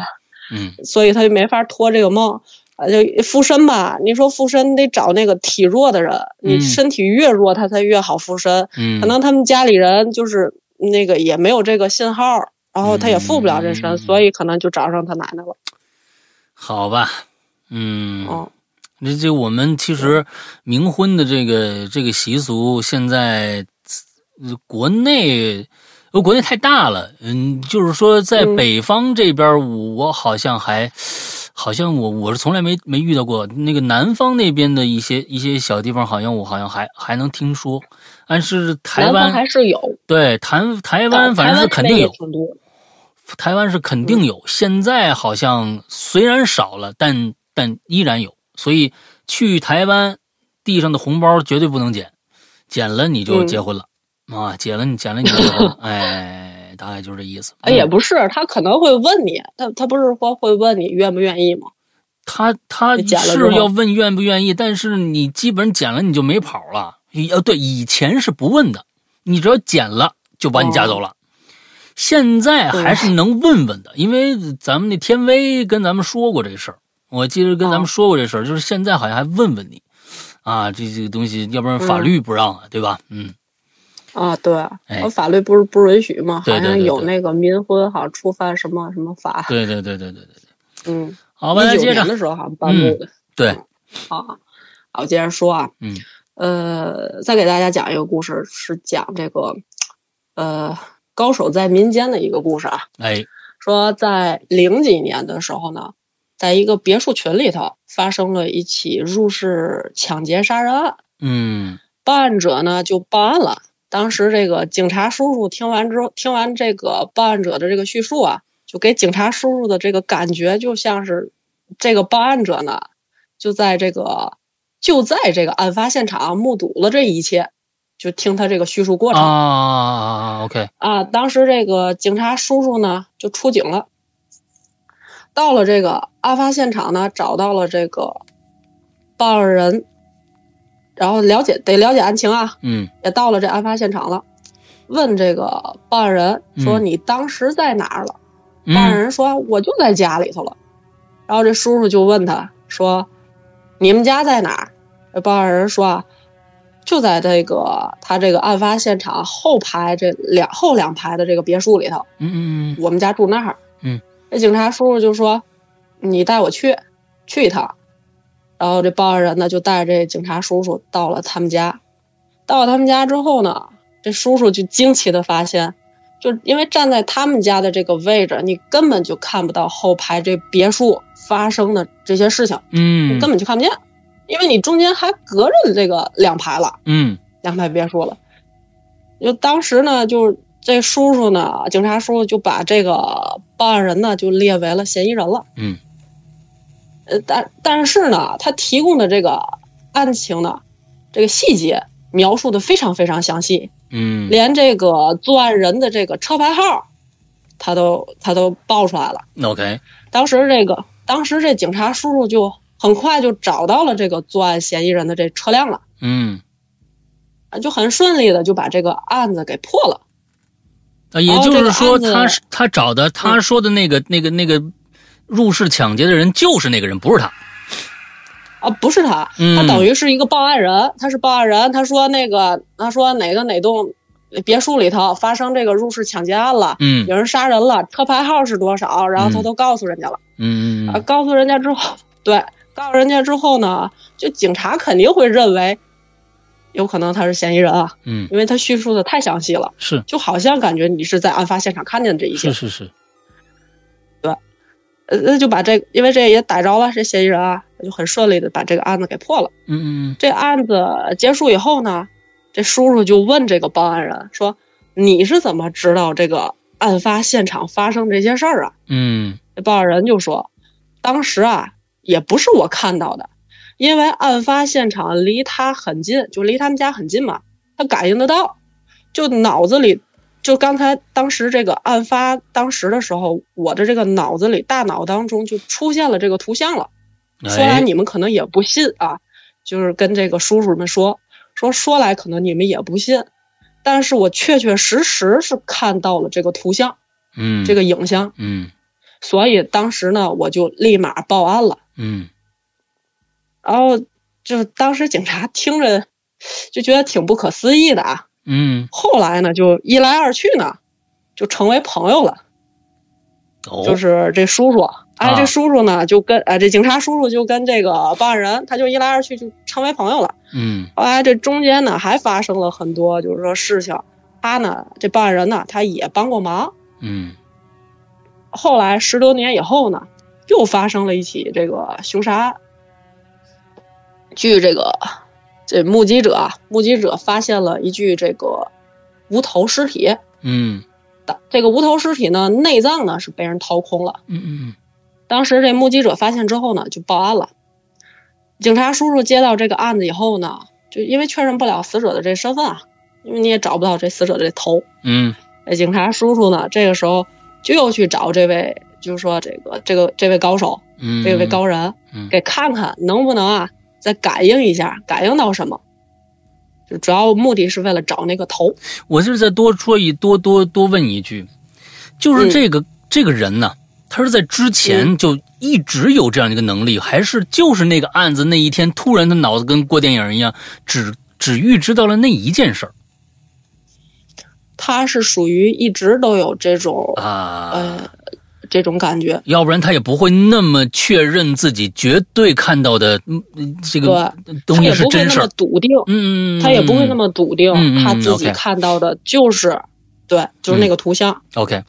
Speaker 2: 嗯
Speaker 3: 所以他就没法托这个梦。啊，就附身吧，你说附身你得找那个体弱的人，
Speaker 2: 嗯
Speaker 3: 你身体越弱他才越好附身。
Speaker 2: 嗯，
Speaker 3: 可能他们家里人就是那个也没有这个信号，然后他也附不了这身，
Speaker 2: 嗯
Speaker 3: 所以可能就找上他奶奶了。
Speaker 2: 好吧，嗯，
Speaker 3: 嗯
Speaker 2: 这这我们其实冥婚的这个这个习俗，现在、呃国内。呃国内太大了，嗯，就是说在
Speaker 3: 嗯
Speaker 2: 北方这边儿，我好像还，好像我我是从来没没遇到过。那个南方那边的一些一些小地方，好像我好像还还能听说，但是台
Speaker 3: 南方还
Speaker 2: 湾
Speaker 3: 是有，
Speaker 2: 对台台
Speaker 3: 但
Speaker 2: 湾反正是
Speaker 3: 台
Speaker 2: 肯
Speaker 3: 湾
Speaker 2: 定
Speaker 3: 这边
Speaker 2: 有
Speaker 3: 也，挺多的。
Speaker 2: 台湾是肯定
Speaker 3: 嗯
Speaker 2: 有，现在好像虽然少了，但但依然有。所以去台湾，地上的红包绝对不能捡，捡了你就
Speaker 3: 嗯
Speaker 2: 结婚了、啊！捡了你捡了你就结 婚了，哎，大概就是这意思。
Speaker 3: 哎，也不是，他可能会问你，他他不是说会问你愿不愿意吗？
Speaker 2: 他他
Speaker 3: 你捡了之后
Speaker 2: 是要问愿不愿意，但是你基本捡了你就没跑了。以呃，对，以前是不问的，你只要捡了就把你架走了。
Speaker 3: 哦
Speaker 2: 现在还是能问问的，因为咱们那天威跟咱们说过这事儿，我记得跟
Speaker 3: 哦
Speaker 2: 咱们说过这事儿，就是现在好像还问问你，啊，这这个东西，要不然
Speaker 3: 嗯
Speaker 2: 法律不让啊，对吧？嗯，
Speaker 3: 啊，对，
Speaker 2: 哎
Speaker 3: 我法律不是不允许吗？
Speaker 2: 对对
Speaker 3: 好像
Speaker 2: 对
Speaker 3: 有
Speaker 2: 对
Speaker 3: 那个民婚，好像触犯什么什么法。
Speaker 2: 对对对对对对对。
Speaker 3: 嗯，
Speaker 2: 好吧，来
Speaker 3: 一九
Speaker 2: 接着，
Speaker 3: 年
Speaker 2: 嗯
Speaker 3: 的时候好像颁布的。
Speaker 2: 对，
Speaker 3: 啊，啊，我接着说啊，
Speaker 2: 嗯，
Speaker 3: 呃，再给大家讲一个故事，是讲这个，呃，高手在民间的一个故事啊。
Speaker 2: 哎，
Speaker 3: 说在零几年的时候呢，在一个别墅群里头发生了一起入室抢劫杀人案，
Speaker 2: 嗯
Speaker 3: 办案者呢就报案了。当时这个警察叔叔听完之后，听完这个报案者的这个叙述啊，就给警察叔叔的这个感觉就像是这个报案者呢就在这个就在这个案发现场目睹了这一切，就听他这个叙述过程。
Speaker 2: 啊，OK，
Speaker 3: 啊，当时这个警察叔叔呢就出警了，到了这个案发现场呢，找到了这个报案人，然后了解得了解案情啊，
Speaker 2: 嗯
Speaker 3: 也到了这案发现场了，问这个报案人说：“
Speaker 2: 嗯
Speaker 3: 你当时在哪儿了？”报案
Speaker 2: 嗯
Speaker 3: 人说：“我就在家里头了。”然后这叔叔就问他说：“你们家在哪儿？”这报案人说：“啊，就在这个他这个案发现场后排这两后两排的这个别墅里头，
Speaker 2: 嗯嗯
Speaker 3: 我们家住那儿。”
Speaker 2: 嗯，
Speaker 3: 这警察叔叔就说：“你带我去，去一趟。”然后这报案人呢就带着这警察叔叔到了他们家，到了他们家之后呢，这叔叔就惊奇的发现，就因为站在他们家的这个位置，你根本就看不到后排这别墅发生的这些事情，
Speaker 2: 嗯
Speaker 3: 你根本就看不见，因为你中间还隔着这个两排了，
Speaker 2: 嗯
Speaker 3: 两排别墅了。就当时呢，就是这叔叔呢，警察叔叔就把这个报案人呢就列为了嫌疑人了。
Speaker 2: 嗯
Speaker 3: 呃，但但是呢，他提供的这个案情呢，这个细节描述的非常非常详细，
Speaker 2: 嗯
Speaker 3: 连这个作案人的这个车牌号，他都他都报出来了。
Speaker 2: ，OK，
Speaker 3: 当时这个当时这警察叔叔就很快就找到了这个作案嫌疑人的这车辆了，
Speaker 2: 嗯，
Speaker 3: 啊就很顺利的就把这个案子给破了。
Speaker 2: 啊，也就是说，
Speaker 3: 哦这个
Speaker 2: 他
Speaker 3: 案子嗯
Speaker 2: 是他找的他说的那个那个那个入室抢劫的人就是那个人，不是他，
Speaker 3: 啊，不是他，
Speaker 2: 嗯
Speaker 3: 他等于是一个报案人，他是报案人。他说那个，他说哪个哪栋别墅里头发生这个入室抢劫案了，
Speaker 2: 嗯
Speaker 3: 有人杀人了，车牌号是多少，然后他
Speaker 2: 嗯
Speaker 3: 都告诉人家了。
Speaker 2: 嗯
Speaker 3: 啊，
Speaker 2: 嗯
Speaker 3: 告诉人家之后， 对，告诉人家之后呢，就警察肯定会认为，有可能他是嫌疑人啊，
Speaker 2: 嗯，
Speaker 3: 因为他叙述的太详细了，
Speaker 2: 是
Speaker 3: 就好像感觉你是在案发现场看见这一切
Speaker 2: 是。是是，
Speaker 3: 呃，那就把这因为这也逮着了这嫌疑人啊，就很顺利的把这个案子给破了。
Speaker 2: 嗯嗯
Speaker 3: 这案子结束以后呢，这叔叔就问这个报案人说：“你是怎么知道这个案发现场发生这些事儿啊？”
Speaker 2: 嗯
Speaker 3: 这报案人就说，当时啊也不是我看到的，因为案发现场离他很近，就离他们家很近嘛，他感应得到，就脑子里，就刚才当时这个案发当时的时候，我的这个脑子里大脑当中就出现了这个图像了。
Speaker 2: 嗯，
Speaker 3: 说来
Speaker 2: 哎，
Speaker 3: 你们可能也不信啊，就是跟这个叔叔们说说说来可能你们也不信，但是我确确实实是看到了这个图像，
Speaker 2: 嗯
Speaker 3: 这个影像。
Speaker 2: 嗯
Speaker 3: 所以当时呢，我就立马报案了。
Speaker 2: 嗯
Speaker 3: 然后就是当时警察听着就觉得挺不可思议的啊。
Speaker 2: 嗯
Speaker 3: 后来呢，就一来二去呢，就成为朋友了。
Speaker 2: 哦，
Speaker 3: 就是这叔叔，哎，
Speaker 2: 啊
Speaker 3: 这叔叔呢就跟哎这警察叔叔就跟这个报案人，他就一来二去就成为朋友了。
Speaker 2: 嗯
Speaker 3: 后来这中间呢还发生了很多就是说事情，他呢这报案人呢他也帮过忙。
Speaker 2: 嗯
Speaker 3: 后来十多年以后呢，又发生了一起这个凶杀案。据这个这目击者啊，目击者发现了一具这个无头尸体。
Speaker 2: 嗯
Speaker 3: 这个无头尸体呢，内脏呢是被人掏空了。
Speaker 2: 嗯嗯
Speaker 3: 当时这目击者发现之后呢，就报案了。警察叔叔接到这个案子以后呢，就因为确认不了死者的这身份啊，因为你也找不到这死者的这头，
Speaker 2: 嗯
Speaker 3: 哎，警察叔叔呢，这个时候就又去找这位，就是说这个这个这位高手，
Speaker 2: 嗯，
Speaker 3: 这位高人，
Speaker 2: 嗯
Speaker 3: 给看看能不能啊，再感应一下，感应到什么。就主要目的是为了找那个头。
Speaker 2: 我这是再多说一多多多问一句，就是
Speaker 3: 嗯
Speaker 2: 这个、这个人呢、他是在之前就一直有这样的一个能力，还是就是那个案子那一天，突然他脑子跟过电影一样，只只预知到了那一件事儿
Speaker 3: 他是属于一直都有这种
Speaker 2: 啊？
Speaker 3: 呃这种感觉，
Speaker 2: 要不然他也不会那么确认自己绝对看到的嗯嗯这
Speaker 3: 对，
Speaker 2: 个东
Speaker 3: 他
Speaker 2: 西
Speaker 3: 也
Speaker 2: 是
Speaker 3: 不会
Speaker 2: 真
Speaker 3: 那
Speaker 2: 事
Speaker 3: 么
Speaker 2: 儿。
Speaker 3: 笃定，
Speaker 2: 嗯，
Speaker 3: 他也不会那
Speaker 2: 么
Speaker 3: 么笃定，
Speaker 2: 嗯嗯嗯
Speaker 3: 他自己
Speaker 2: OK 嗯
Speaker 3: 看到的就是，对，就是那个图像，
Speaker 2: OK。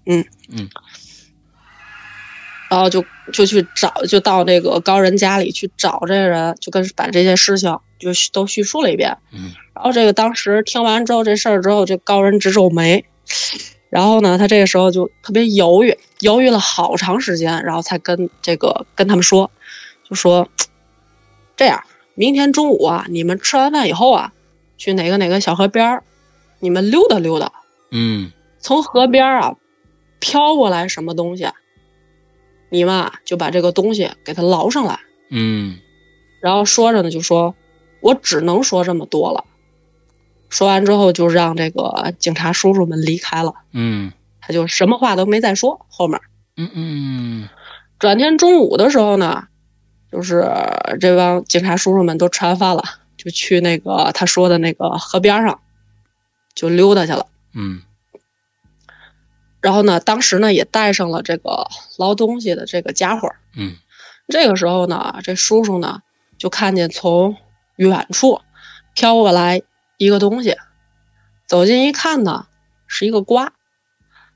Speaker 3: 然后就就去找，就到那个高人家里去找这个人，就跟把这些事情就叙都叙述了一遍。
Speaker 2: 嗯，
Speaker 3: 然后这个当时听完之后这事儿之后，这高人直皱眉，然后呢，他这个时候就特别犹豫，犹豫了好长时间，然后才跟这个跟他们说，就说这样，明天中午啊，你们吃完饭以后啊，去哪个哪个小河边儿，你们溜达溜达，
Speaker 2: 嗯
Speaker 3: 从河边儿啊飘过来什么东西，啊你们啊就把这个东西给它捞上来。
Speaker 2: 嗯
Speaker 3: 然后说着呢，就说我只能说这么多了。说完之后，就让这个警察叔叔们离开了，
Speaker 2: 嗯
Speaker 3: 他就什么话都没再说。后面
Speaker 2: 嗯嗯
Speaker 3: 转天中午的时候呢，就是这帮警察叔叔们都吃完饭了，就去那个他说的那个河边上就溜达去了。
Speaker 2: 嗯
Speaker 3: 然后呢，当时呢也带上了这个捞东西的这个家伙。
Speaker 2: 嗯
Speaker 3: 这个时候呢，这叔叔呢就看见从远处飘过来一个东西，走近一看呢，是一个瓜。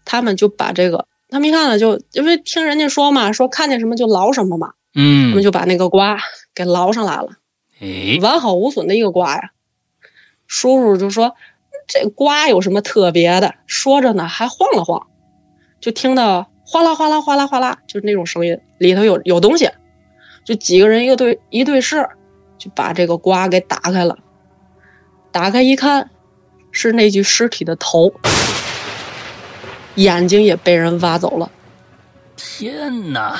Speaker 3: 他们就把这个，他们一看呢，就因为听人家说嘛，说看见什么就捞什么嘛，他们
Speaker 2: 嗯，
Speaker 3: 就把那个瓜给捞上来了，
Speaker 2: 哎，
Speaker 3: 完好无损的一个瓜呀。叔叔就说：“这瓜有什么特别的？”说着呢，还晃了晃，就听到哗啦哗啦哗啦哗啦，就是那种声音，里头有有东西。就几个人一个对一对视，就把这个瓜给打开了。打开一看，是那具尸体的头，眼睛也被人挖走了。
Speaker 2: 天哪！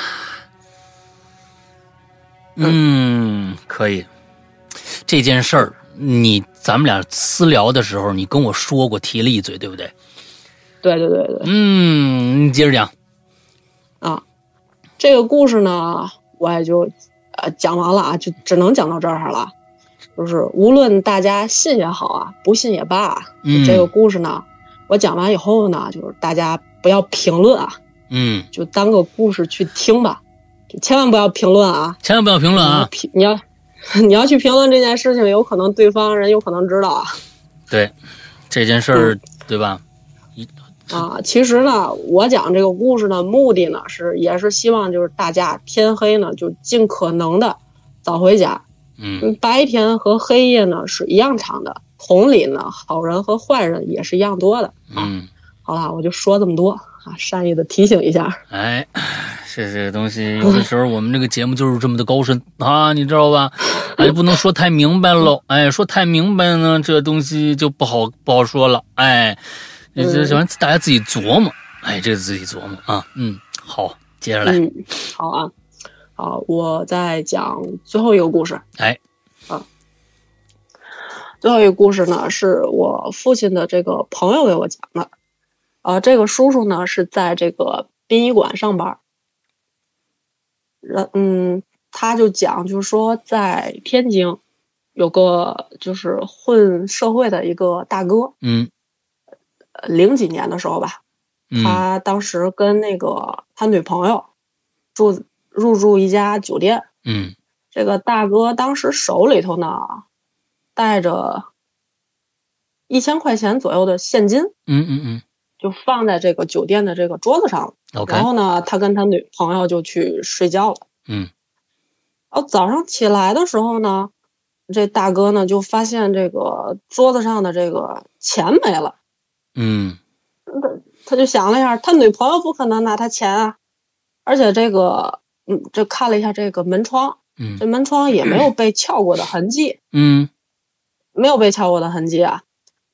Speaker 2: 嗯，可以。这件事儿，你咱们俩私聊的时候，你跟我说过，提了一嘴，对不对？
Speaker 3: 对对对对
Speaker 2: 嗯，你接着讲。
Speaker 3: 啊，这个故事呢，我也就呃讲完了啊，就只能讲到这儿了。就是无论大家信也好啊，不信也罢啊，
Speaker 2: 嗯，
Speaker 3: 这个故事呢，我讲完以后呢，就是大家不要评论啊，
Speaker 2: 嗯，
Speaker 3: 就当个故事去听吧，就千万不要评论啊。
Speaker 2: 千万不要评论啊！
Speaker 3: 评你要 你要去评论这件事情，有可能对方人有可能知道啊
Speaker 2: 对，这件事儿，对吧？
Speaker 3: 啊！其实呢，我讲这个故事呢，目的呢是也是希望就是大家天黑呢就尽可能的早回家，
Speaker 2: 嗯
Speaker 3: 嗯白天和黑夜呢是一样长的，同理呢，好人和坏人也是一样多的啊。
Speaker 2: 嗯，
Speaker 3: 好啦，我就说这么多啊，善意的提醒一下，
Speaker 2: 哎，这这个东西，有的时候我们这个节目就是这么的高深啊，你知道吧？哎，不能说太明白喽，哎，说太明白呢，这东西就不好不好说了，哎，这
Speaker 3: 嗯
Speaker 2: 这这玩意儿大家自己琢磨，哎，这个自己琢磨啊，嗯，好，接着来，
Speaker 3: 嗯，好啊，好，我再讲最后一个故事，啊
Speaker 2: 哎，
Speaker 3: 最后一个故事呢，是我父亲的这个朋友给我讲的。啊、这个叔叔呢是在这个殡仪馆上班儿。然嗯，他就讲，就是说在天津有个就是混社会的一个大哥，
Speaker 2: 嗯
Speaker 3: 呃零几年的时候吧，
Speaker 2: 嗯
Speaker 3: 他当时跟那个他女朋友住入住一家酒店，
Speaker 2: 嗯
Speaker 3: 这个大哥当时手里头呢，带着一千块钱左右的现金，
Speaker 2: 嗯嗯嗯
Speaker 3: 就放在这个酒店的这个桌子上了。
Speaker 2: ，OK，
Speaker 3: 然后呢，他跟他女朋友就去睡觉了。
Speaker 2: 嗯
Speaker 3: 然后早上起来的时候呢，这大哥呢就发现这个桌子上的这个钱没了，
Speaker 2: 嗯
Speaker 3: 他就想了一下，他女朋友不可能拿他钱啊，而且这个，嗯，这看了一下这个门窗，
Speaker 2: 嗯
Speaker 3: 这门窗也没有被撬过的 痕迹。
Speaker 2: 嗯
Speaker 3: 没有被撬过的痕迹啊，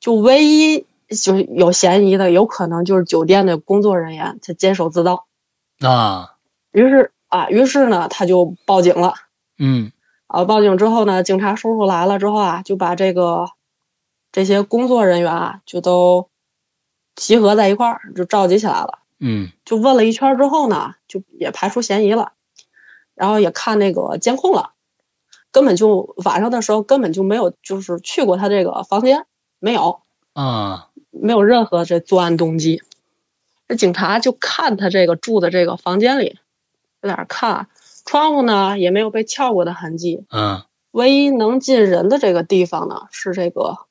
Speaker 3: 就唯一就是有嫌疑的，有可能就是酒店的工作人员他监守自盗。
Speaker 2: 啊
Speaker 3: 于是啊，于是呢，他就报警了
Speaker 2: 嗯
Speaker 3: 啊。报警之后呢，警察叔叔来了之后啊，就把这个这些工作人员啊，就都集合在一块儿，就召集起来了。
Speaker 2: 嗯
Speaker 3: 就问了一圈之后呢，就也排除嫌疑了，然后也看那个监控了，根本就晚上的时候根本就没有就是去过他这个房间，没有
Speaker 2: 啊
Speaker 3: 没有任何这作案动机。这警察就看他这个住的这个房间里，在哪儿看窗户呢也没有被撬过的痕迹，
Speaker 2: 嗯
Speaker 3: 唯一能进人的这个地方呢是这个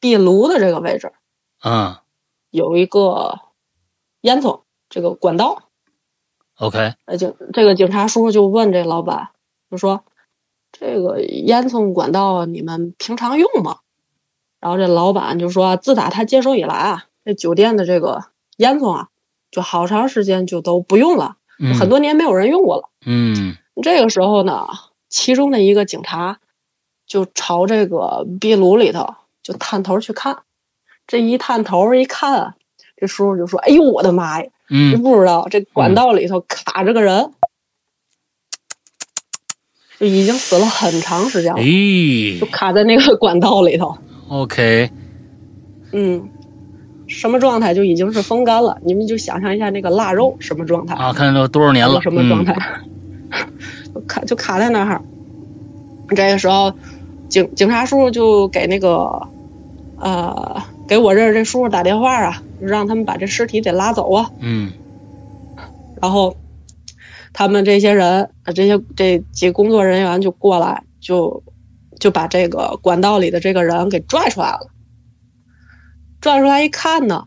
Speaker 3: 壁炉的这个位置。
Speaker 2: 嗯
Speaker 3: 有一个烟囱这个管道。
Speaker 2: ，OK，
Speaker 3: 呃，警这个警察叔叔就问这老板，就说这个烟囱管道你们平常用吗？然后这老板就说，自打他接手以来啊，这酒店的这个烟囱啊，就好长时间就都不用了，
Speaker 2: 嗯
Speaker 3: 很多年没有人用过了。
Speaker 2: 嗯
Speaker 3: 这个时候呢，其中的一个警察就朝这个壁炉里头就探头去看，这一探头一看啊，这叔叔就说：“哎呦我的妈呀！你
Speaker 2: 嗯
Speaker 3: 不知道这管道里头卡着个人，就已经死了很长时
Speaker 2: 哎
Speaker 3: 间了，就
Speaker 2: 咦
Speaker 3: 卡在那个管道里头。
Speaker 2: ，OK，
Speaker 3: 嗯，什么状态就已经是风干了。你们就想象一下那个腊肉什么状态，
Speaker 2: 啊，看到多少年了，嗯
Speaker 3: 什么状态， 就卡就卡在那儿。这个时候，警警察叔叔就给那个呃给我认识这叔叔打电话啊，就让他们把这尸体得拉走啊。
Speaker 2: 嗯？
Speaker 3: 然后他们这些人，呃这些这几个工作人员就过来，就就把这个管道里的这个人给拽出来了。拽出来一看呢，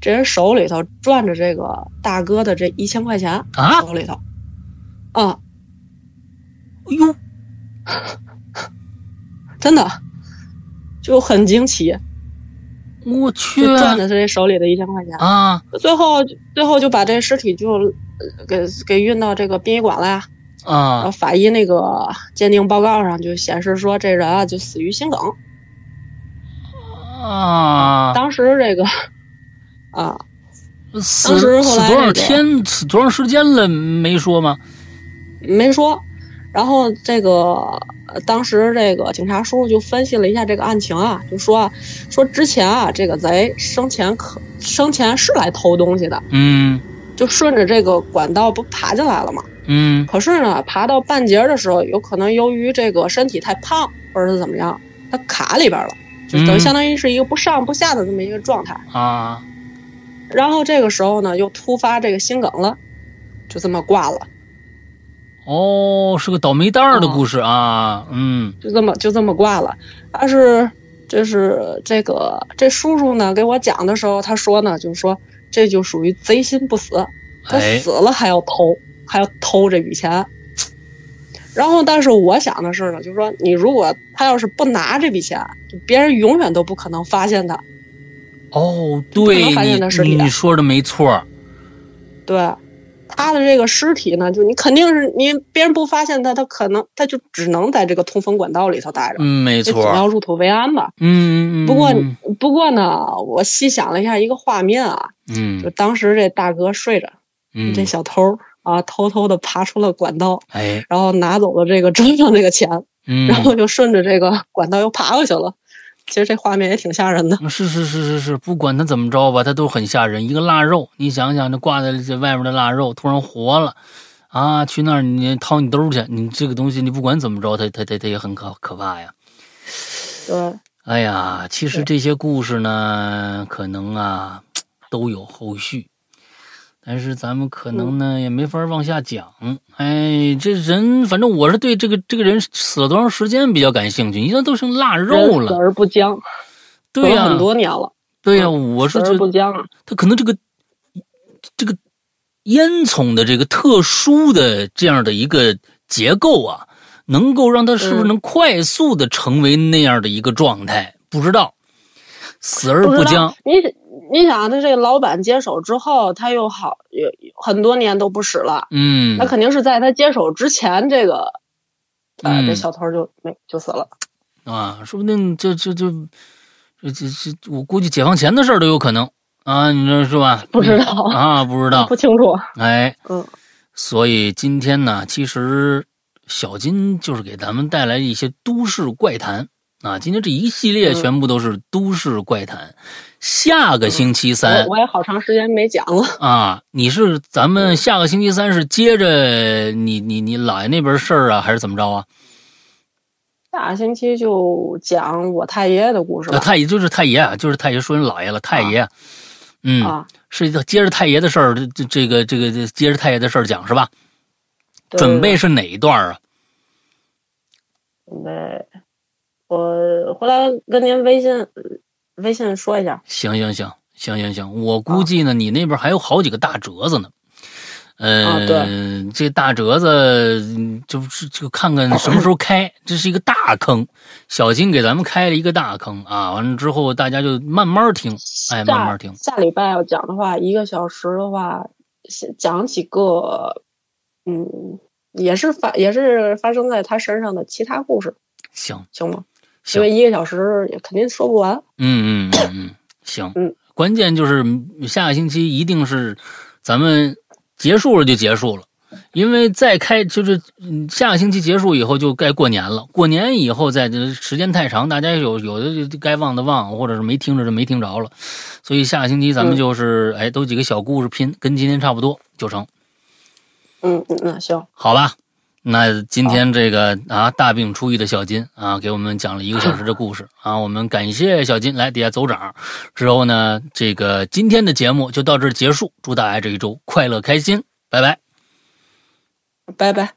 Speaker 3: 这人手里头攥着这个大哥的这一千块钱，
Speaker 2: 嗯啊，
Speaker 3: 手里头，啊、
Speaker 2: 哎呦，
Speaker 3: 真的就很惊奇，
Speaker 2: 我
Speaker 3: 就
Speaker 2: 去
Speaker 3: 攥着这手里的一千块钱。
Speaker 2: 啊
Speaker 3: 最后，最后就把这尸体就呃给给运到这个殡仪馆了呀。然后
Speaker 2: 啊
Speaker 3: 法医那个鉴定报告上就显示说，这人啊就死于心梗。
Speaker 2: 啊！
Speaker 3: 当时这个 啊，
Speaker 2: 死
Speaker 3: 当时后
Speaker 2: 死
Speaker 3: 来
Speaker 2: 多
Speaker 3: 那
Speaker 2: 少
Speaker 3: 个
Speaker 2: 天，死多长时间了没说吗？
Speaker 3: 没说。然后这个呃当时这个警察叔叔就分析了一下这个案情啊，就说啊说之前啊这个贼生前可生前是来偷东西的，
Speaker 2: 嗯
Speaker 3: 就顺着这个管道不爬进来了嘛。
Speaker 2: 嗯
Speaker 3: 可是呢，爬到半截儿的时候，有可能由于这个身体太胖或者是怎么样，他卡里边了，就等于
Speaker 2: 嗯
Speaker 3: 相当于是一个不上不下的这么一个状态。
Speaker 2: 啊
Speaker 3: 然后这个时候呢，又突发这个心梗了，就这么挂了，
Speaker 2: 哦，是个倒霉蛋儿的故事啊，嗯
Speaker 3: 就这么就这么挂了。但是就是这个这叔叔呢给我讲的时候，他说呢，就是说这就属于贼心不死，他
Speaker 2: 哎
Speaker 3: 死了还要偷，还要偷这笔钱。然后，但是我想的是呢，就是说，你如果他要是不拿这笔钱，就别人永远都不可能发现他。
Speaker 2: 哦，
Speaker 3: 不
Speaker 2: 对
Speaker 3: 能发现它尸
Speaker 2: 你
Speaker 3: 体的
Speaker 2: 你说的没错儿，
Speaker 3: 对，他的这个尸体呢，就你肯定是你别人不发现他，他可能他就只能在这个通风管道里头待着，
Speaker 2: 嗯，没
Speaker 3: 这
Speaker 2: 错
Speaker 3: 总
Speaker 2: 儿，
Speaker 3: 要入土为安吧。
Speaker 2: 嗯嗯嗯，
Speaker 3: 不过
Speaker 2: 嗯
Speaker 3: 不过呢，我细想了一下一个画面啊，就
Speaker 2: 嗯
Speaker 3: 当时这大哥睡着，
Speaker 2: 嗯，
Speaker 3: 这小偷啊偷偷的爬出了管道，
Speaker 2: 哎，
Speaker 3: 然后拿走了这个真正这个钱，
Speaker 2: 嗯，
Speaker 3: 然后就顺着这个管道又爬回去了。其实这画面也挺吓人的。
Speaker 2: 嗯是是是是是，不管他怎么着吧，他都很吓人。一个腊肉，你想想，那挂在这外面的腊肉突然活了，啊，去那儿你掏你兜去，你这个东西你不管怎么着，它它它它也很可可怕呀。
Speaker 3: 对，
Speaker 2: 哎呀，其实这些故事呢，可能啊都有后续，但是咱们可
Speaker 3: 嗯
Speaker 2: 能呢、也没法往下讲。哎，这人反正我是对这个这个人死了多长时间比较感兴趣。你这都成腊肉
Speaker 3: 人死
Speaker 2: 了，
Speaker 3: 而不僵，
Speaker 2: 对呀、
Speaker 3: 活了很多年了，
Speaker 2: 对呀、我
Speaker 3: 死
Speaker 2: 是觉
Speaker 3: 而
Speaker 2: 得
Speaker 3: 不僵啊。
Speaker 2: 它可能这个这个烟囱的这个特殊的这样的一个结构啊，能够让它是不是
Speaker 3: 嗯
Speaker 2: 能快速的成为那样的一个状态？不知道，死而
Speaker 3: 不
Speaker 2: 不
Speaker 3: 知道
Speaker 2: 僵。
Speaker 3: 你你想，啊他这个老板接手之后，他又好有有很多年都不使了，
Speaker 2: 嗯
Speaker 3: 那肯定是在他接手之前，这个呃
Speaker 2: 嗯
Speaker 3: 这小偷就没就死了。
Speaker 2: 啊，说不定这这这这这这，我估计解放前的事儿都有可能啊，你说是吧？
Speaker 3: 不知道，
Speaker 2: 啊，不知道
Speaker 3: 不，清楚。
Speaker 2: 哎，
Speaker 3: 嗯，
Speaker 2: 所以今天呢，其实小金就是给咱们带来
Speaker 3: 嗯
Speaker 2: 一些都市怪谈啊。今天这一系列全部都是都市怪谈，下个星期三
Speaker 3: 我我也好长时间没讲了。
Speaker 2: 啊，你是咱
Speaker 3: 嗯
Speaker 2: 们下个星期三是接着你你你姥爷那边事儿啊，还是怎么着啊？
Speaker 3: 下星期就讲我太爷爷的故事
Speaker 2: 呃
Speaker 3: 吧。
Speaker 2: 太爷就是太爷啊，就是太爷说人姥爷了，太爷，嗯，
Speaker 3: 啊，
Speaker 2: 是接着太爷的事儿，这这个这个这接着太爷的事儿讲是吧？
Speaker 3: 对
Speaker 2: 准备是哪一段啊？
Speaker 3: 准备，我回来跟您微信呃微信说一下。
Speaker 2: 行行行行行行，我
Speaker 3: 啊
Speaker 2: 估计呢，你那边还有好几个大折子呢。呃，
Speaker 3: 啊对
Speaker 2: 这大折子嗯就是就看看什么时候开，这是一个大坑，小金给咱们开了一个大坑啊！完了之后，大家就慢慢听，哎，
Speaker 3: 下
Speaker 2: 慢慢听。
Speaker 3: 下礼拜要讲的话，一个小时的话，先讲几个，嗯，也是发也是发生在他身上的其他故事，
Speaker 2: 行
Speaker 3: 行吗？因
Speaker 2: 行
Speaker 3: 为，一个小时也肯定说不完。
Speaker 2: 嗯嗯嗯嗯，行。
Speaker 3: 嗯
Speaker 2: 关键就是下个星期一定是咱们结束了就结束了，因为再开就是嗯下个星期结束以后就该过年了，过年以后再这时间太长，大家有有的就该忘的忘，或者是没听着就没听着了，所以下个星期咱们
Speaker 3: 嗯
Speaker 2: 就是、哎都几个小故事拼，跟今天差不多就成。
Speaker 3: 嗯嗯，那行，
Speaker 2: 好吧，那今天这个啊大病初愈的小金啊，给我们讲了一个小时的故事啊，我们感谢小金来底下走掌。之后呢，这个今天的节目就到这儿结束，祝大家这一周快乐开心，拜拜。
Speaker 3: 拜拜。